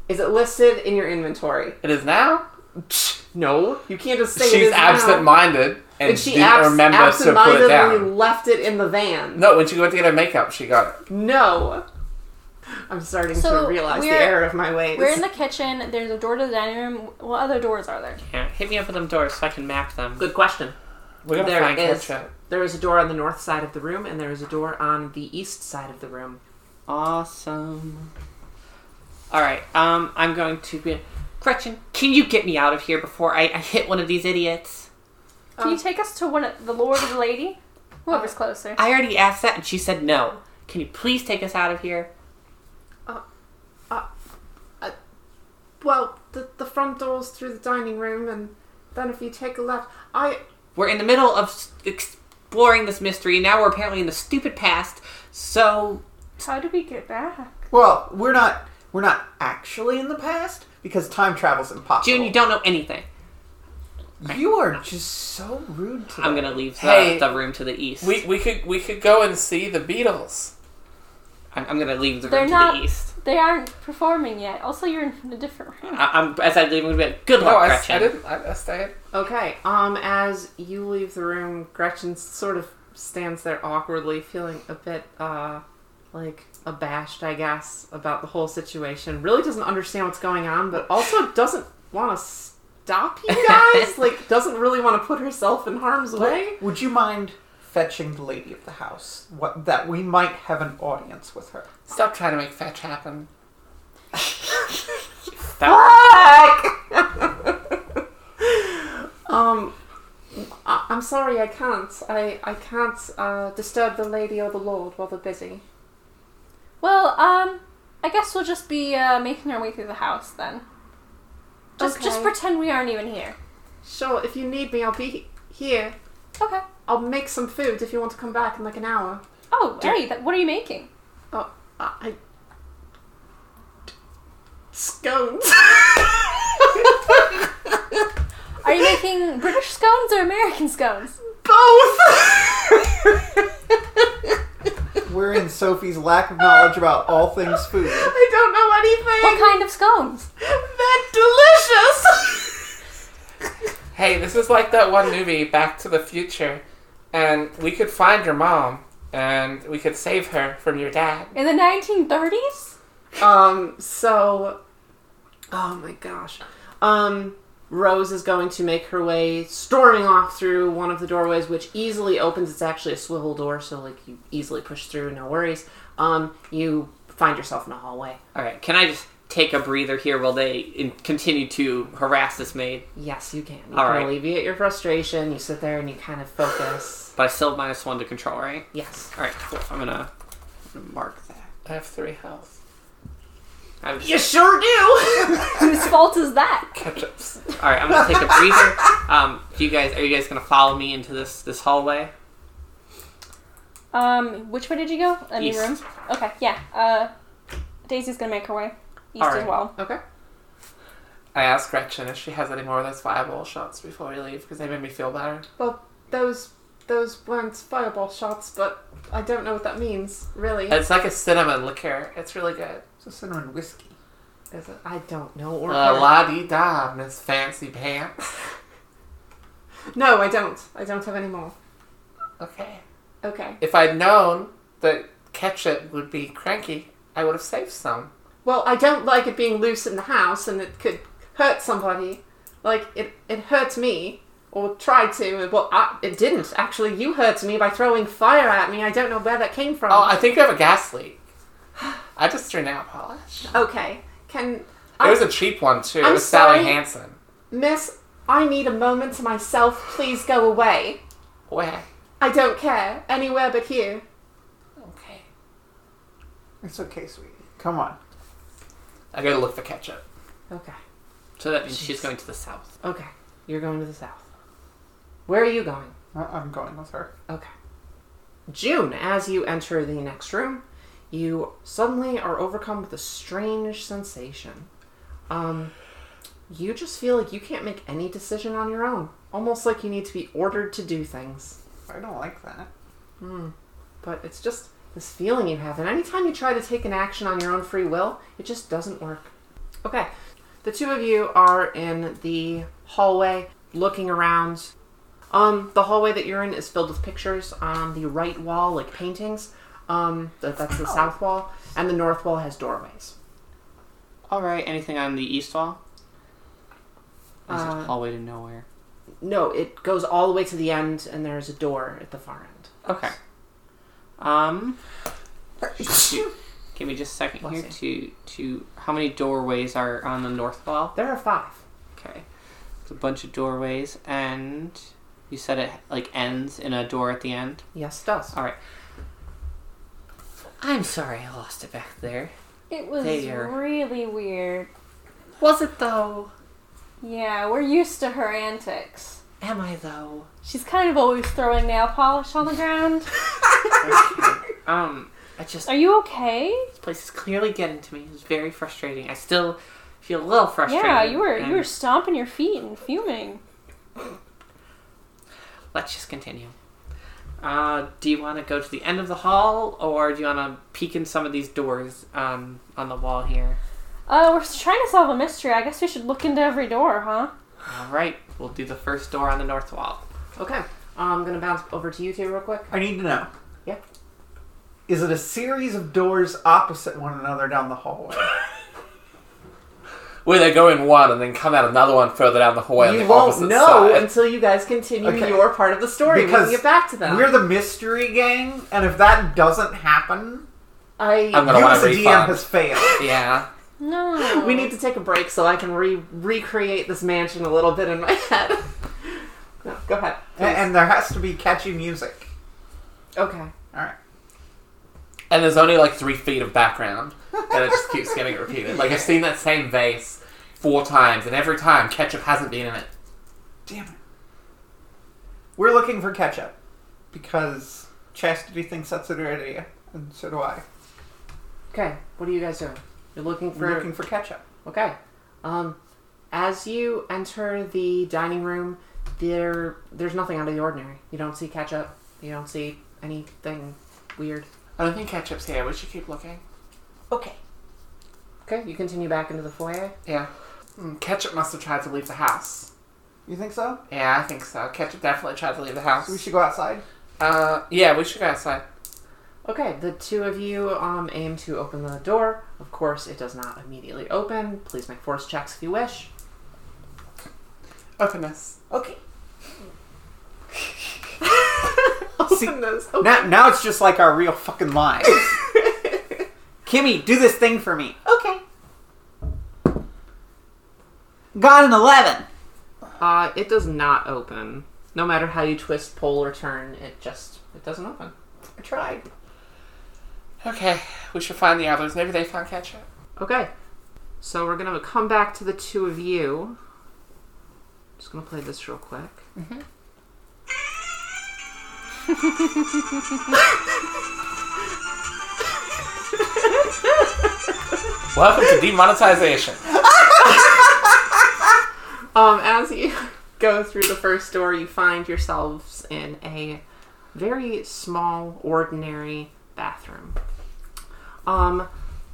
Speaker 1: Is it listed in your inventory?
Speaker 2: It is now.
Speaker 1: Psh, No, you can't just say it
Speaker 2: She's
Speaker 1: is now.
Speaker 2: absent-minded and,
Speaker 1: And she
Speaker 2: didn't
Speaker 1: abs-
Speaker 2: remember to put it
Speaker 1: absentmindedly
Speaker 2: down.
Speaker 1: left it in the van.
Speaker 2: No, when she went to get her makeup, she got it.
Speaker 1: No. I'm starting
Speaker 5: So
Speaker 1: to realize the
Speaker 5: we're-
Speaker 1: error of my ways.
Speaker 5: We're in the kitchen. There's a door to the dining room. What other doors are there?
Speaker 4: Yeah, hit me up with them doors so I can map them.
Speaker 1: Good question.
Speaker 2: We gotta
Speaker 1: There
Speaker 2: find
Speaker 1: it is.
Speaker 2: ketchup.
Speaker 1: There is a door on the north side of the room, and there is a door on the east side of the room.
Speaker 4: Awesome. All right, um, I'm going to be. Gretchen, can you get me out of here before I, I hit one of these idiots?
Speaker 5: Can
Speaker 1: Um,
Speaker 5: you take us to one of the lord or the lady? Oh. Whoever's closer.
Speaker 4: I already asked that and she said no. Can you please take us out of here?
Speaker 1: Uh, Well, the, the front door's through the dining room, and then if you take a left, I
Speaker 4: We're in the middle of s- exploring this mystery and now we're apparently in the stupid past, so.
Speaker 5: How do we get back?
Speaker 3: Well, we're not we're not actually in the past because time travel's impossible.
Speaker 2: Oh.
Speaker 4: June, you don't know anything.
Speaker 3: You are just so rude today.
Speaker 4: I'm gonna leave the,
Speaker 2: Hey.
Speaker 4: the room to the east.
Speaker 2: We, we could we could go and see the Beatles.
Speaker 4: I'm, I'm gonna leave the
Speaker 5: They're
Speaker 4: room
Speaker 5: not-
Speaker 4: to the east.
Speaker 5: They aren't performing yet. Also, you're in a different room.
Speaker 4: I, I'm as I leave, I'm gonna be like, good
Speaker 1: Oh,
Speaker 4: luck,
Speaker 2: No, Oh, I,
Speaker 4: Gretchen.
Speaker 2: I didn't. I, I stayed.
Speaker 1: Okay. Um, as you leave the room, Gretchen sort of stands there awkwardly, feeling a bit uh like abashed, I guess, about the whole situation. Really doesn't understand what's going on, but also doesn't want to stop you guys. like, doesn't really want to put herself in harm's way.
Speaker 3: Would you mind fetching the lady of the house? What that we might have an audience with her.
Speaker 2: Stop trying to make fetch happen.
Speaker 1: Um. I- I'm sorry, I can't. I, I can't uh, disturb the lady or the lord while they're busy.
Speaker 5: Well, um, I guess we'll just be uh, making our way through the house then. Just, just
Speaker 1: Okay.
Speaker 5: pretend we aren't even here.
Speaker 1: Sure, if you need me, I'll be he- here.
Speaker 5: Okay.
Speaker 1: I'll make some food if you want to come back in like an hour.
Speaker 5: Oh, hey, that, what are you making?
Speaker 1: Oh, I. Scones. (laughs)
Speaker 5: Are you making British scones or American scones?
Speaker 1: Both!
Speaker 4: (laughs)
Speaker 3: We're in Sophie's lack of knowledge about all things food.
Speaker 1: I don't know
Speaker 5: What
Speaker 1: anything!
Speaker 5: kind of scones?
Speaker 1: They're delicious!
Speaker 2: Hey, this is like that one movie, Back to the Future, and we could find your mom and we could save her from your dad.
Speaker 5: In the 1930s?
Speaker 1: um, so. Oh my gosh. Um, Rose is going to make her way storming off through one of the doorways, which easily opens. It's actually a swivel door, so like you easily push through, no worries. Um, you find yourself in a hallway.
Speaker 4: All right, can I just take a breather here while they in, continue to harass this maid?
Speaker 1: Yes, you can. You
Speaker 4: All
Speaker 1: can
Speaker 4: right.
Speaker 1: alleviate your frustration. You sit there and you kind of focus.
Speaker 4: But I still have minus one to control, right?
Speaker 1: Yes.
Speaker 4: All right, cool. I'm gonna, I'm gonna mark that.
Speaker 2: I have three health.
Speaker 4: I was,
Speaker 1: You sure do.
Speaker 5: Whose fault is that?
Speaker 2: Ketchups.
Speaker 4: All right, I'm gonna take a breather. Um, do you guys are you guys gonna follow me into this this hallway?
Speaker 5: Um, which way did you go? Any
Speaker 4: East.
Speaker 5: room? Okay, yeah. Uh, Daisy's gonna make her way east
Speaker 4: All right.
Speaker 5: as well.
Speaker 1: okay.
Speaker 2: I asked Gretchen if she has any more of those fireball shots before we leave because they made me feel better.
Speaker 1: Well, those those weren't fireball shots, but I don't know what that means, really.
Speaker 2: It's like a cinnamon liqueur. It's really good.
Speaker 3: It's a cinnamon whiskey.
Speaker 1: Is it- I don't know. Oh, Or
Speaker 2: Uh, la di da, Miss Fancy Pants. (laughs)
Speaker 1: no, I don't. I don't have any more.
Speaker 2: Okay.
Speaker 1: Okay.
Speaker 2: If I'd known that ketchup would be cranky, I would have saved some.
Speaker 1: Well, I don't like it being loose in the house, and it could hurt somebody. Like it, it hurt me, or tried to. Well, I, it didn't actually. You hurt me by throwing fire at me. I don't know where that came from.
Speaker 2: Oh, I think we have a gas leak. I just threw nail polish.
Speaker 1: Okay. Can
Speaker 2: It
Speaker 1: I,
Speaker 2: was a cheap one too.
Speaker 1: I'm
Speaker 2: it was Sally
Speaker 1: sorry.
Speaker 2: Hansen.
Speaker 1: Miss, I need a moment to myself. Please go away.
Speaker 2: Where?
Speaker 1: I don't care. Anywhere but here.
Speaker 2: Okay.
Speaker 3: It's okay, sweetie. Come on.
Speaker 2: I gotta look for ketchup.
Speaker 1: Okay.
Speaker 4: So that means she's going to the south.
Speaker 1: Okay. You're going to the south. Where are you going?
Speaker 3: I- I'm going with her.
Speaker 1: Okay. June, as you enter the next room, you suddenly are overcome with a strange sensation. Um, you just feel like you can't make any decision on your own. Almost like you need to be ordered to do things.
Speaker 3: I don't like
Speaker 4: (laughs)
Speaker 3: that.
Speaker 1: But it's just this feeling you have. And anytime you try to take an action on your own free will, it just doesn't work. Okay. The two of you are in the hallway looking around. Um, the hallway that you're in is filled with pictures on the right wall, like paintings. Um, that, that's the south wall, and the north wall has doorways.
Speaker 4: All right. Anything on the east wall? Or Is
Speaker 1: Uh,
Speaker 4: it hallway to nowhere?
Speaker 1: No, it goes all the way to the end, and there's a door at the far end.
Speaker 4: Okay. Um. shoot. Give me just a second here
Speaker 1: Bless
Speaker 4: to to how many doorways are on the north wall?
Speaker 1: There are five.
Speaker 4: Okay, it's a bunch of doorways, and you said it like ends in a door at the end.
Speaker 1: Yes, it does.
Speaker 4: All right. I'm sorry, I lost it back there.
Speaker 5: It was
Speaker 4: There.
Speaker 5: really weird.
Speaker 4: Was it though?
Speaker 5: Yeah, we're used to her antics.
Speaker 4: Am I though?
Speaker 5: She's kind of always throwing nail polish on the ground.
Speaker 4: (laughs) Um, I just
Speaker 5: Are you okay?
Speaker 4: this place is clearly getting to me. It was very frustrating. I still feel a little frustrated. Mm.
Speaker 5: Yeah, you were
Speaker 4: and
Speaker 5: you were stomping your feet and fuming.
Speaker 4: Let's just continue. Uh, do you want to go to the end of the hall, or do you want to peek in some of these doors um, on the wall here?
Speaker 5: Uh, we're trying to solve a mystery. I guess we should look into every door, huh?
Speaker 4: All right, we'll do the first door on the north wall.
Speaker 1: Okay, I'm gonna bounce over to you two real quick.
Speaker 3: I need to know.
Speaker 1: Yeah.
Speaker 3: Is it a series of doors opposite one another down the hallway?
Speaker 2: Where they go in one and then come out another one further down the hallway. on
Speaker 1: you
Speaker 2: the
Speaker 1: won't
Speaker 2: opposite
Speaker 1: know
Speaker 2: side.
Speaker 1: until you guys continue
Speaker 3: Okay.
Speaker 1: your part of the story. we
Speaker 3: Because
Speaker 1: can get back to them.
Speaker 3: We're the mystery gang, and if that doesn't happen,
Speaker 1: I
Speaker 2: I'm
Speaker 3: you
Speaker 2: gonna
Speaker 3: as
Speaker 2: want
Speaker 3: a
Speaker 2: a
Speaker 3: DM
Speaker 2: refund.
Speaker 3: has failed.
Speaker 2: Yeah.
Speaker 5: No.
Speaker 4: (gasps)
Speaker 1: We need to take a break so I can re- recreate this mansion a little bit in my (laughs) head. no, go ahead.
Speaker 3: A- and there has to be catchy music.
Speaker 1: Okay.
Speaker 3: All right.
Speaker 2: And there's only like three feet of background, and it just keeps getting repeated. Like I've seen that same vase four times, and every time ketchup hasn't been in it.
Speaker 3: Damn it. We're looking for ketchup because Chastity thinks that's a good idea, and so do I.
Speaker 1: Okay. What are you guys doing? You're looking for.
Speaker 3: We're looking for ketchup.
Speaker 1: Okay. Um, as you enter the dining room, there there's nothing out of the ordinary. You don't see ketchup. You don't see anything weird.
Speaker 2: I don't think ketchup's here. We should keep looking.
Speaker 1: Okay. Okay. You continue back into the foyer.
Speaker 2: Yeah. Mm, ketchup must have tried to leave the house.
Speaker 3: You think so?
Speaker 2: Yeah, I think so. Ketchup definitely tried to leave the house.
Speaker 3: So we should go outside.
Speaker 2: Uh, yeah, we should go outside.
Speaker 1: Okay, the two of you um, aim to open the door. Of course, it does not immediately open. Please make force checks if you wish.
Speaker 2: Openness.
Speaker 3: Okay.
Speaker 1: Openness. Okay.
Speaker 3: Now, now it's just like our real fucking lives.
Speaker 6: Kimmy, do this thing for me.
Speaker 1: okay.
Speaker 6: Got an 11.
Speaker 1: Uh, it does not open. No matter how you twist, pull, or turn, it just it doesn't open.
Speaker 3: I tried.
Speaker 2: Okay, we should find the others. Maybe they found ketchup.
Speaker 1: Okay, so we're gonna come back to the two of you. Just gonna play this real quick.
Speaker 2: Welcome to demonetization.
Speaker 1: Um, as you (laughs) go through the first door, you find yourselves in a very small, ordinary bathroom. Um,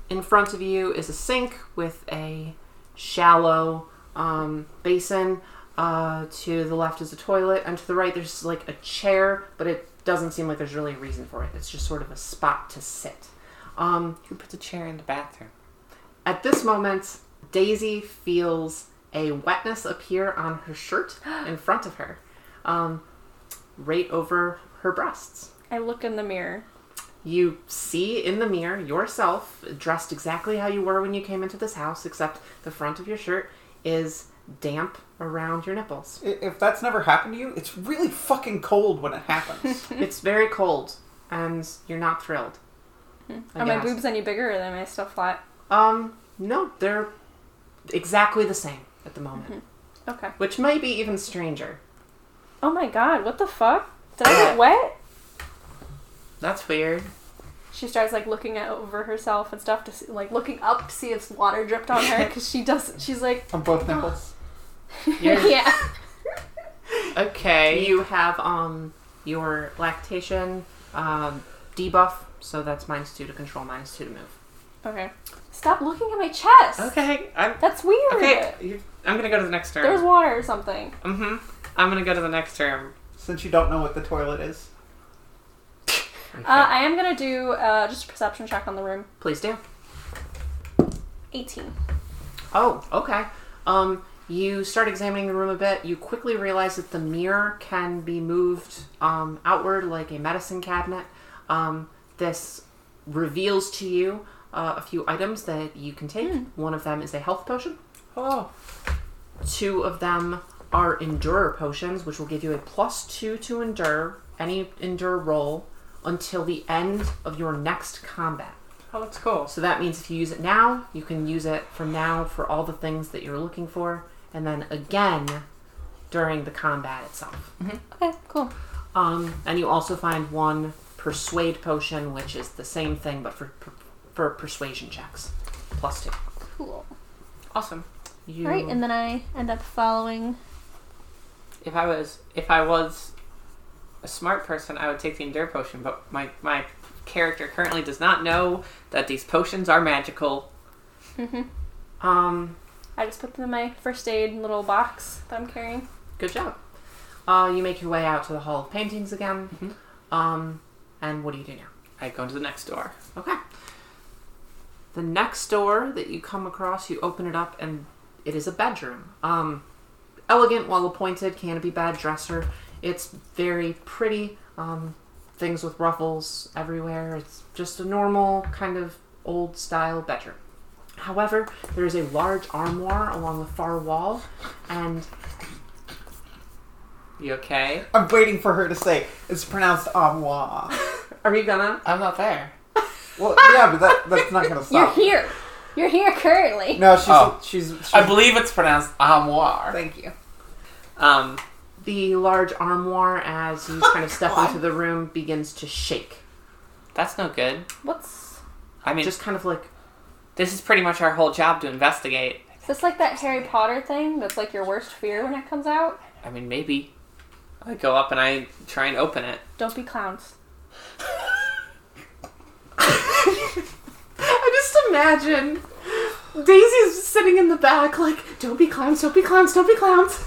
Speaker 1: in front of you is a sink with a shallow um, basin. Uh, to the left is a toilet, and to the right there's like a chair, but it doesn't seem like there's really a reason for it. It's just sort of a spot to sit. Um,
Speaker 4: Who put the chair in the bathroom?
Speaker 1: at this moment, Daisy feels a wetness appear on her
Speaker 5: (gasps)
Speaker 1: shirt in front of her, um, right over her breasts.
Speaker 5: I look in the mirror.
Speaker 1: You see in the mirror yourself, dressed exactly how you were when you came into this house, except the front of your shirt is damp around your
Speaker 5: (laughs)
Speaker 1: nipples.
Speaker 3: I- If that's never happened to you, it's
Speaker 1: (laughs)
Speaker 3: really fucking cold when it happens.
Speaker 1: it's very cold, and you're not thrilled. I
Speaker 5: Hmm. Are my
Speaker 1: guess.
Speaker 5: boobs any bigger or am I still flat?
Speaker 1: Um, no, they're exactly the same at the moment,
Speaker 5: Mm-hmm. Okay.
Speaker 1: which might be even stranger.
Speaker 5: Oh my god, what the fuck?
Speaker 4: (clears throat)
Speaker 5: Did I get wet?
Speaker 4: That's weird.
Speaker 5: She starts like looking at over herself and stuff to see, like looking up to see if water dripped on her because she doesn't. She's like, (laughs)
Speaker 3: On both nipples.
Speaker 4: You're-
Speaker 5: yeah.
Speaker 4: Okay.
Speaker 1: You have um your lactation um debuff, so that's minus two to control, minus two to move.
Speaker 5: Okay. Stop looking at my chest.
Speaker 4: Okay. I'm
Speaker 5: That's weird.
Speaker 4: okay. you- I'm gonna go to the next
Speaker 5: There's
Speaker 4: term.
Speaker 5: water or something.
Speaker 4: Mm-hmm. I'm gonna go to the next term.
Speaker 3: Since you don't know what the toilet is.
Speaker 5: Uh, I am gonna do uh, just a perception check on the room.
Speaker 1: Please do.
Speaker 5: 18.
Speaker 1: Oh, okay. Um, you start examining the room a bit. You quickly realize that the mirror can be moved um, outward like a medicine cabinet. Um, this reveals to you uh, a few items that you can take. One of them is a health potion.
Speaker 4: Oh.
Speaker 1: Two of them are endure potions, which will give you a plus two to endure any endure roll until the end of your next combat.
Speaker 4: Oh, that's cool.
Speaker 1: So that means if you use it now, you can use it from now for all the things that you're looking for, and then again during the combat itself.
Speaker 5: Okay, cool.
Speaker 1: Um, and you also find one persuade potion, which is the same thing but for for persuasion checks, plus two.
Speaker 5: Cool.
Speaker 4: Awesome.
Speaker 1: You,
Speaker 5: Alright, and then I end up following.
Speaker 4: If I was if I was a smart person, I would take the endure potion, but my my character currently does not know that these potions are magical.
Speaker 1: um,
Speaker 5: I just put them in my first aid little box that I'm carrying.
Speaker 1: Good job. Uh, you make your way out to the Hall of Paintings again.
Speaker 5: Mm-hmm.
Speaker 1: Um, and what do you do now?
Speaker 4: I go into the next door.
Speaker 1: Okay. The next door that you come across, you open it up, and it is a bedroom. Um, elegant, well appointed, canopy bed, dresser. It's very pretty. Um, things with ruffles everywhere. It's just a normal kind of old style bedroom. However, there is a large armoire along the far wall, and
Speaker 4: You okay?
Speaker 3: I'm waiting for her to say it's pronounced armoire.
Speaker 1: are you gonna?
Speaker 2: (laughs) I'm not there.
Speaker 3: Well, yeah, but that, that's not gonna
Speaker 5: You're
Speaker 3: stop.
Speaker 5: here! You're here currently!
Speaker 3: No, she's,
Speaker 2: Oh.
Speaker 3: she's she's.
Speaker 2: I believe it's pronounced armoire.
Speaker 3: Thank you.
Speaker 4: Um,
Speaker 1: the large armoire as you kind of step into the room begins to shake.
Speaker 4: that's no good.
Speaker 5: What's.
Speaker 4: I mean,
Speaker 1: Just kind of like
Speaker 4: this is pretty much our whole job to investigate.
Speaker 5: Is this like that Harry Potter thing that's like your worst fear when it comes out?
Speaker 4: I mean, maybe I go up and I try and open it.
Speaker 5: Don't be clowns.
Speaker 1: I just imagine Daisy's sitting in the back like, don't be clowns, don't be clowns, don't be clowns.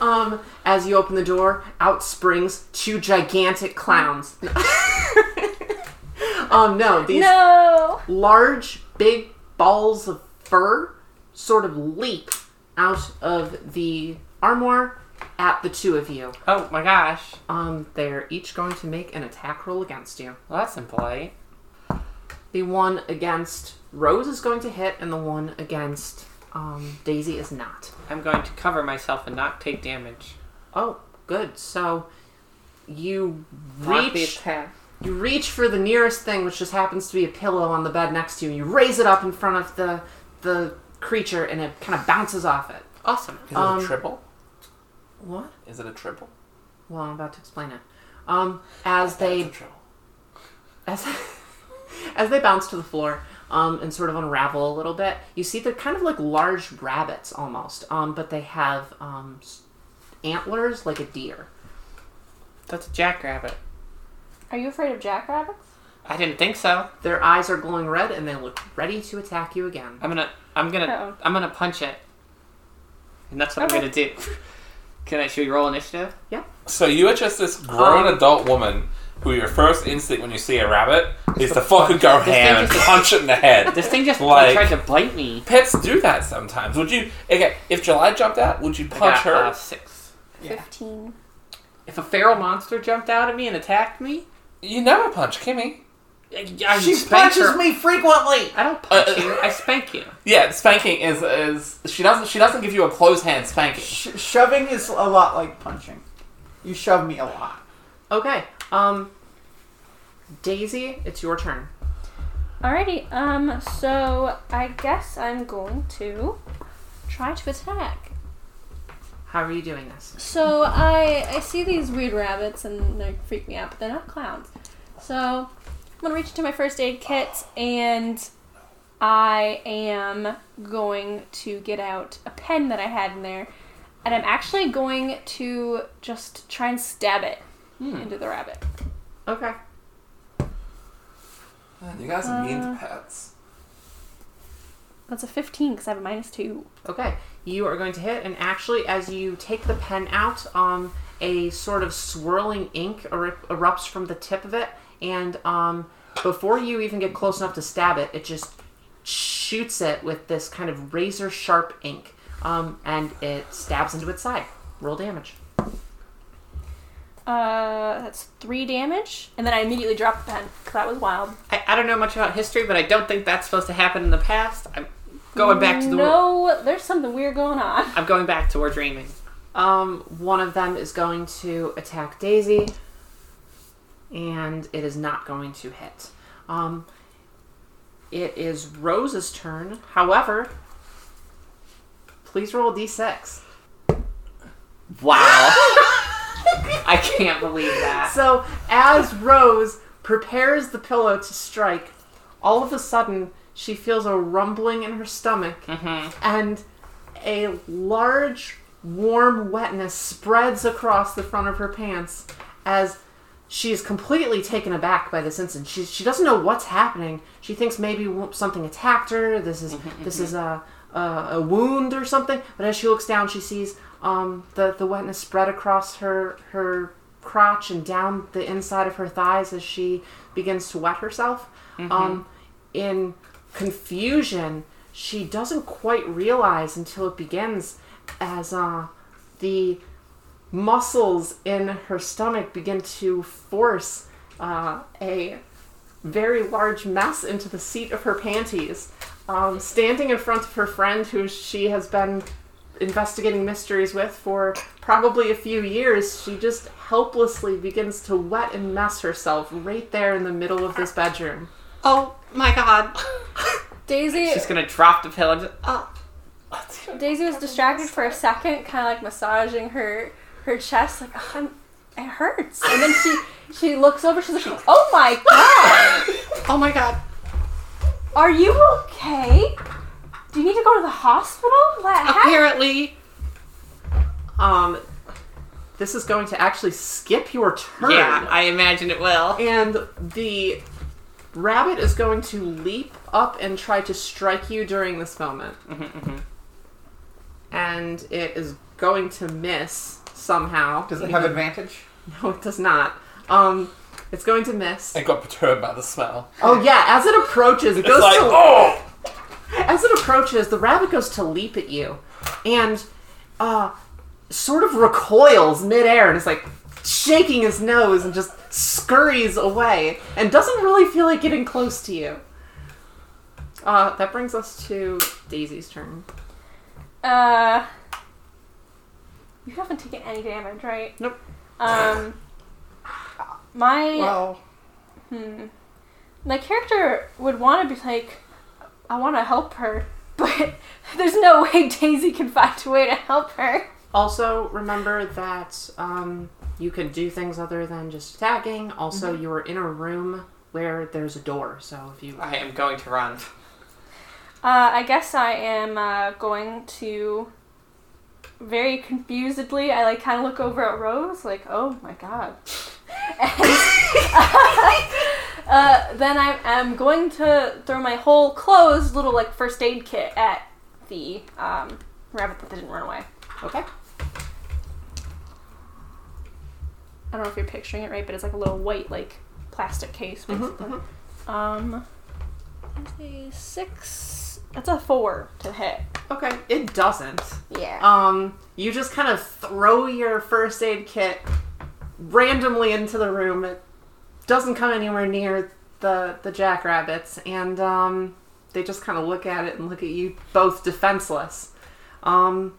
Speaker 1: Um, as you open the door, out springs two gigantic clowns. (laughs) um, no, these
Speaker 5: No!
Speaker 1: large, big balls of fur sort of leap out of the armoire at the two of you.
Speaker 4: Oh my gosh!
Speaker 1: Um, they're each going to make an attack roll against you.
Speaker 4: Well, that's impolite.
Speaker 1: The one against Rose is going to hit, and the one against um, Daisy is not.
Speaker 4: I'm going to cover myself and not take damage.
Speaker 1: Oh, good. So you
Speaker 4: Block the
Speaker 1: reach,
Speaker 4: attack.
Speaker 1: you reach for the nearest thing, which just happens to be a pillow on the bed next to you. and You raise it up in front of the the creature, and it kind of bounces off it.
Speaker 4: Awesome.
Speaker 2: Is
Speaker 1: Um,
Speaker 2: it a triple?
Speaker 1: What?
Speaker 2: Is it a triple?
Speaker 1: Well, I'm about to explain it. Um, as
Speaker 2: It's
Speaker 1: they
Speaker 2: a triple.
Speaker 1: as (laughs) as they bounce to the floor um, and sort of unravel a little bit, you see they're kind of like large rabbits almost, um, but they have um, s- antlers like a deer.
Speaker 4: That's a jackrabbit.
Speaker 5: Are you afraid of jackrabbits?
Speaker 4: I didn't think so.
Speaker 1: Their eyes are glowing red and they look ready to attack you again.
Speaker 4: I'm gonna, I'm gonna,
Speaker 5: Uh-oh.
Speaker 4: I'm gonna punch it, and that's what
Speaker 5: Okay.
Speaker 4: I'm gonna do. (laughs) Can I? Should we roll initiative?
Speaker 2: So you are just this grown
Speaker 1: Um,
Speaker 2: adult woman who your first instinct when you see a rabbit is to fucking go ham and
Speaker 4: thing is-
Speaker 2: punch it in the head. (laughs)
Speaker 4: This thing just
Speaker 2: Like-
Speaker 4: tried to bite me.
Speaker 2: Pets do that sometimes. Would you? Okay, if July jumped out, would you
Speaker 4: I
Speaker 2: punch
Speaker 4: got, uh,
Speaker 2: her?
Speaker 4: six.
Speaker 5: 15.
Speaker 4: If a feral monster jumped out at me and attacked me,
Speaker 2: You never punch Kimmy.
Speaker 4: I, I
Speaker 3: She
Speaker 4: spank
Speaker 3: punches
Speaker 4: her.
Speaker 3: me frequently.
Speaker 4: I don't punch
Speaker 2: Uh,
Speaker 4: you. I spank you.
Speaker 2: Yeah, spanking is is she doesn't she doesn't give you a close hand spanking.
Speaker 3: Sh- shoving is a lot like punching. You shove me a lot.
Speaker 1: Okay, um, Daisy, it's your turn.
Speaker 5: Alrighty, um, so I guess I'm going to try to attack.
Speaker 1: How are you doing this?
Speaker 5: So I I see these weird rabbits and they freak me out, but they're not clowns. So I'm gonna reach into my first aid kit and I am going to get out a pen that I had in there, and I'm actually going to just try and stab it into the rabbit.
Speaker 1: Okay.
Speaker 2: You guys are mean to pets.
Speaker 5: That's a 15 because I have a minus two.
Speaker 1: Okay, you are going to hit, and actually, as you take the pen out, um, a sort of swirling ink eru- erupts from the tip of it, and um, before you even get close enough to stab it, it just shoots it with this kind of razor sharp ink, um, and it stabs into its side. Roll damage.
Speaker 5: Uh, that's three damage, and then I immediately dropped the pen because that was wild.
Speaker 4: I, I don't know much about history, but I don't think that's supposed to happen in the past. I'm going back to the.
Speaker 5: No, there's something weird going on.
Speaker 4: (laughs) I'm going back to we're dreaming.
Speaker 1: Um, one of them is going to attack Daisy, and it is not going to hit. Um, it is Rose's turn. However, please roll a d6.
Speaker 4: Wow. (laughs) I can't believe that.
Speaker 1: So, as Rose prepares the pillow to strike, all of a sudden she feels a rumbling in her stomach and a large, warm wetness spreads across the front of her pants as she is completely taken aback by this incident. She, she doesn't know what's happening. She thinks maybe wo- something attacked her. This is this is a, a a wound or something. But as she looks down, she sees um, the the wetness spread across her her crotch and down the inside of her thighs as she begins to wet herself. Um, in confusion, she doesn't quite realize until it begins as uh, the muscles in her stomach begin to force uh, a very large mess into the seat of her panties. Um, standing in front of her friend, who she has been investigating mysteries with for probably a few years, she just helplessly begins to wet and mess herself right there in the middle of this bedroom.
Speaker 4: Oh my god.
Speaker 5: Daisy,
Speaker 4: She's gonna drop the pillow. and Just, oh.
Speaker 5: Daisy was distracted for a second, kind of like massaging her her chest, like oh, I'm, it hurts. And then
Speaker 4: (laughs)
Speaker 5: she she looks over, she's like, Oh my god,
Speaker 4: (laughs) oh my god.
Speaker 5: are you okay? Do you need to go to the hospital? What
Speaker 4: Uh,
Speaker 5: happened?
Speaker 4: Apparently.
Speaker 1: Um, this is going to actually skip your turn.
Speaker 4: Yeah, I imagine it will.
Speaker 1: and the rabbit is going to leap up and try to strike you during this moment.
Speaker 2: Mm-hmm,
Speaker 1: And it is going to miss somehow. (laughs)
Speaker 3: Does it have advantage?
Speaker 1: No, it does not. Um, it's going to miss.
Speaker 2: It got perturbed by the smell.
Speaker 1: Oh yeah, as it approaches, it goes
Speaker 2: It's like,
Speaker 1: to
Speaker 2: oh!
Speaker 1: as it approaches, the rabbit goes to leap at you, and uh, sort of recoils midair and is like shaking his nose and just scurries away and doesn't really feel like getting close to you. Uh, that brings us to Daisy's turn.
Speaker 5: Uh, you haven't taken any damage, right?
Speaker 1: Nope.
Speaker 5: Um, my
Speaker 3: Well,
Speaker 5: Hmm. My character would want to be like, I want to help her, (laughs) but there's no way Daisy can find a way to help her.
Speaker 1: Also, remember that um, you can do things other than just attacking. Also, you are in a room where there's a door, so if you
Speaker 4: I am going to run.
Speaker 5: Uh, I guess I am uh, going to very confusedly. I like kind of look over at Rose, like, oh my god. (laughs) and, uh, then I am going to throw my whole closed little like first aid kit at the um, rabbit that didn't run away.
Speaker 1: okay,
Speaker 5: I don't know if you're picturing it right, but it's like a little white like plastic case. Basically. Um, let's see, six. That's a four to hit.
Speaker 1: okay, it doesn't.
Speaker 5: Yeah.
Speaker 1: Um, you just kind of throw your first aid kit randomly into the room. It doesn't come anywhere near the the jackrabbits, and um, they just kind of look at it and look at you both defenseless. Um,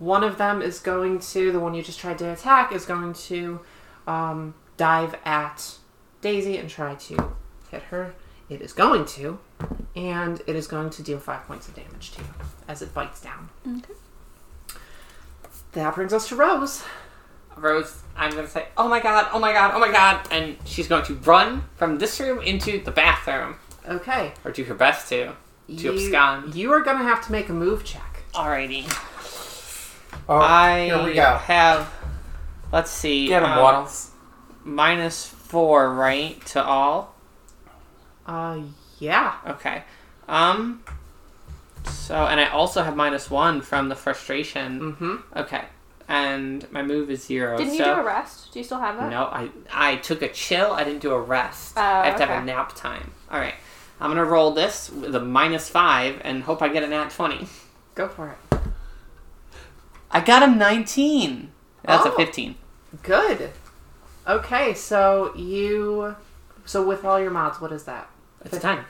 Speaker 1: one of them is going to the one you just tried to attack is going to um, dive at Daisy and try to hit her, It is going to, and it is going to deal five points of damage to you as it bites down.
Speaker 5: Okay.
Speaker 1: That brings us to Rose.
Speaker 4: Rose, I'm going to say, oh my god, oh my god, oh my god. And she's going to run from this room into the bathroom,
Speaker 1: Okay.
Speaker 4: or do her best to. To abscond.
Speaker 1: You are going to have to make a move check.
Speaker 4: Alrighty.
Speaker 2: Oh,
Speaker 4: I
Speaker 3: here we go.
Speaker 4: have, let's see.
Speaker 2: get him,
Speaker 4: um,
Speaker 2: Waddles.
Speaker 4: Minus four, right, to all?
Speaker 1: Uh, yeah.
Speaker 4: Okay. Um. So, and I also have minus one from the frustration.
Speaker 1: Mm-hmm.
Speaker 3: Mm.
Speaker 4: Okay. And my move is 0
Speaker 5: Didn't
Speaker 4: so
Speaker 5: you do a rest? Do you still have that?
Speaker 4: no, I I took a chill. I didn't do a rest.
Speaker 5: Oh,
Speaker 4: I have to have
Speaker 5: okay.
Speaker 4: a nap time. All right. I'm gonna roll this with a minus five and hope I get a nat twenty.
Speaker 1: Go for it.
Speaker 4: I got a nineteen. That's
Speaker 1: Oh.
Speaker 4: a fifteen.
Speaker 1: Good. Okay, so you. So with all your mods, what is that?
Speaker 4: It's a time.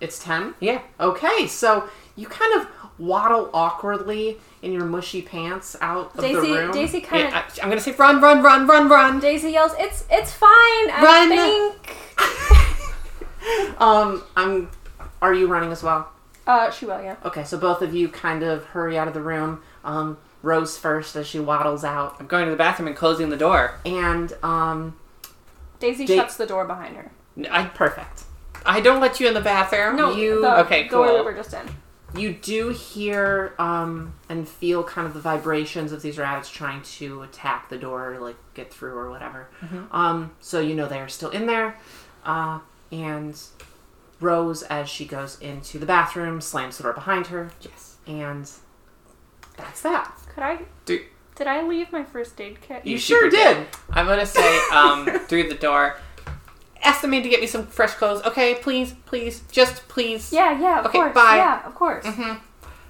Speaker 1: It's 10?
Speaker 4: Yeah.
Speaker 1: Okay, so you kind of waddle awkwardly in your mushy pants out of the
Speaker 5: Daisy,
Speaker 1: room.
Speaker 5: Daisy kind of.
Speaker 4: yeah I, I'm gonna say run, run, run, run, run.
Speaker 5: Daisy yells, "It's it's fine. I
Speaker 4: Run.
Speaker 5: think."
Speaker 1: Um, I'm. Are you running as well?
Speaker 5: Uh, she will. Yeah.
Speaker 1: Okay, so both of you kind of hurry out of the room. Um, Rose first as she waddles out,
Speaker 4: I'm going to the bathroom and closing the door.
Speaker 1: and um,
Speaker 5: Daisy
Speaker 1: Da-
Speaker 5: shuts the door behind her.
Speaker 4: N- I
Speaker 1: perfect.
Speaker 4: I don't let you in the bathroom.
Speaker 5: No,
Speaker 1: You-
Speaker 5: the,
Speaker 4: okay,
Speaker 5: The door
Speaker 4: cool.
Speaker 5: we were just in.
Speaker 1: You do hear um and feel kind of the vibrations of these rabbits trying to attack the door, or, like get through or whatever. Um, so you know they are still in there. Uh, and Rose, as she goes into the bathroom, slams the door behind her,
Speaker 4: Yes.
Speaker 1: and that's that.
Speaker 5: Could I?
Speaker 4: Do-
Speaker 5: Did I leave my first aid kit?
Speaker 4: You
Speaker 1: You, sure
Speaker 4: super
Speaker 1: did.
Speaker 4: did. I'm gonna say um, through the door. Ask the man to get me some fresh clothes, okay? Please, please, just please.
Speaker 5: Yeah, yeah, of
Speaker 4: Okay,
Speaker 5: course.
Speaker 4: bye. Mm-hmm.
Speaker 5: Yeah, of course.
Speaker 4: And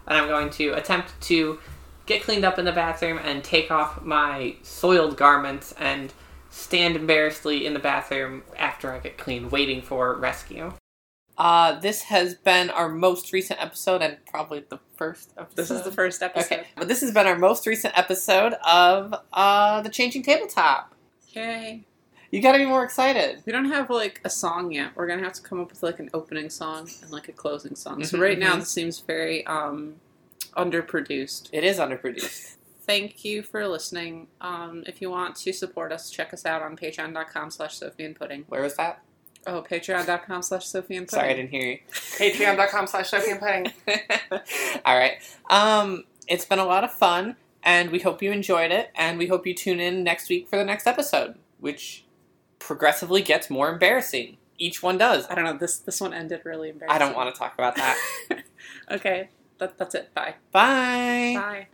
Speaker 4: I'm going to attempt to get cleaned up in the bathroom and take off my soiled garments and stand embarrassedly in the bathroom after I get clean, waiting for rescue. Uh, this has been our most recent episode and probably the first episode.
Speaker 7: This is the first episode.
Speaker 4: Okay, but this has been our most recent episode of uh, The Changing Tabletop.
Speaker 7: Yay.
Speaker 4: You gotta be more excited.
Speaker 7: We don't have like a song yet. We're gonna have to come up with like an opening song and like a closing song. So
Speaker 4: Mhm,
Speaker 7: right now
Speaker 4: mhm.
Speaker 7: this seems very um underproduced.
Speaker 4: It is underproduced.
Speaker 7: Thank you for listening. Um if you want to support us, check us out on patreon.com slash Sophie and Pudding.
Speaker 4: Where was that?
Speaker 7: Oh, patreon.com slash Sophie and Pudding.
Speaker 4: Sorry, I didn't
Speaker 7: (laughs)
Speaker 4: hear you. Patreon.com slash Sophie and Pudding. (laughs) All right. Um, it's been a lot of fun, and we hope you enjoyed it, and we hope you tune in next week for the next episode, which progressively gets more embarrassing. Each one does.
Speaker 7: I don't know, this this one ended really embarrassing. (laughs)
Speaker 4: I don't want to talk about that.
Speaker 7: okay. That, that's it. Bye.
Speaker 4: Bye.
Speaker 7: Bye.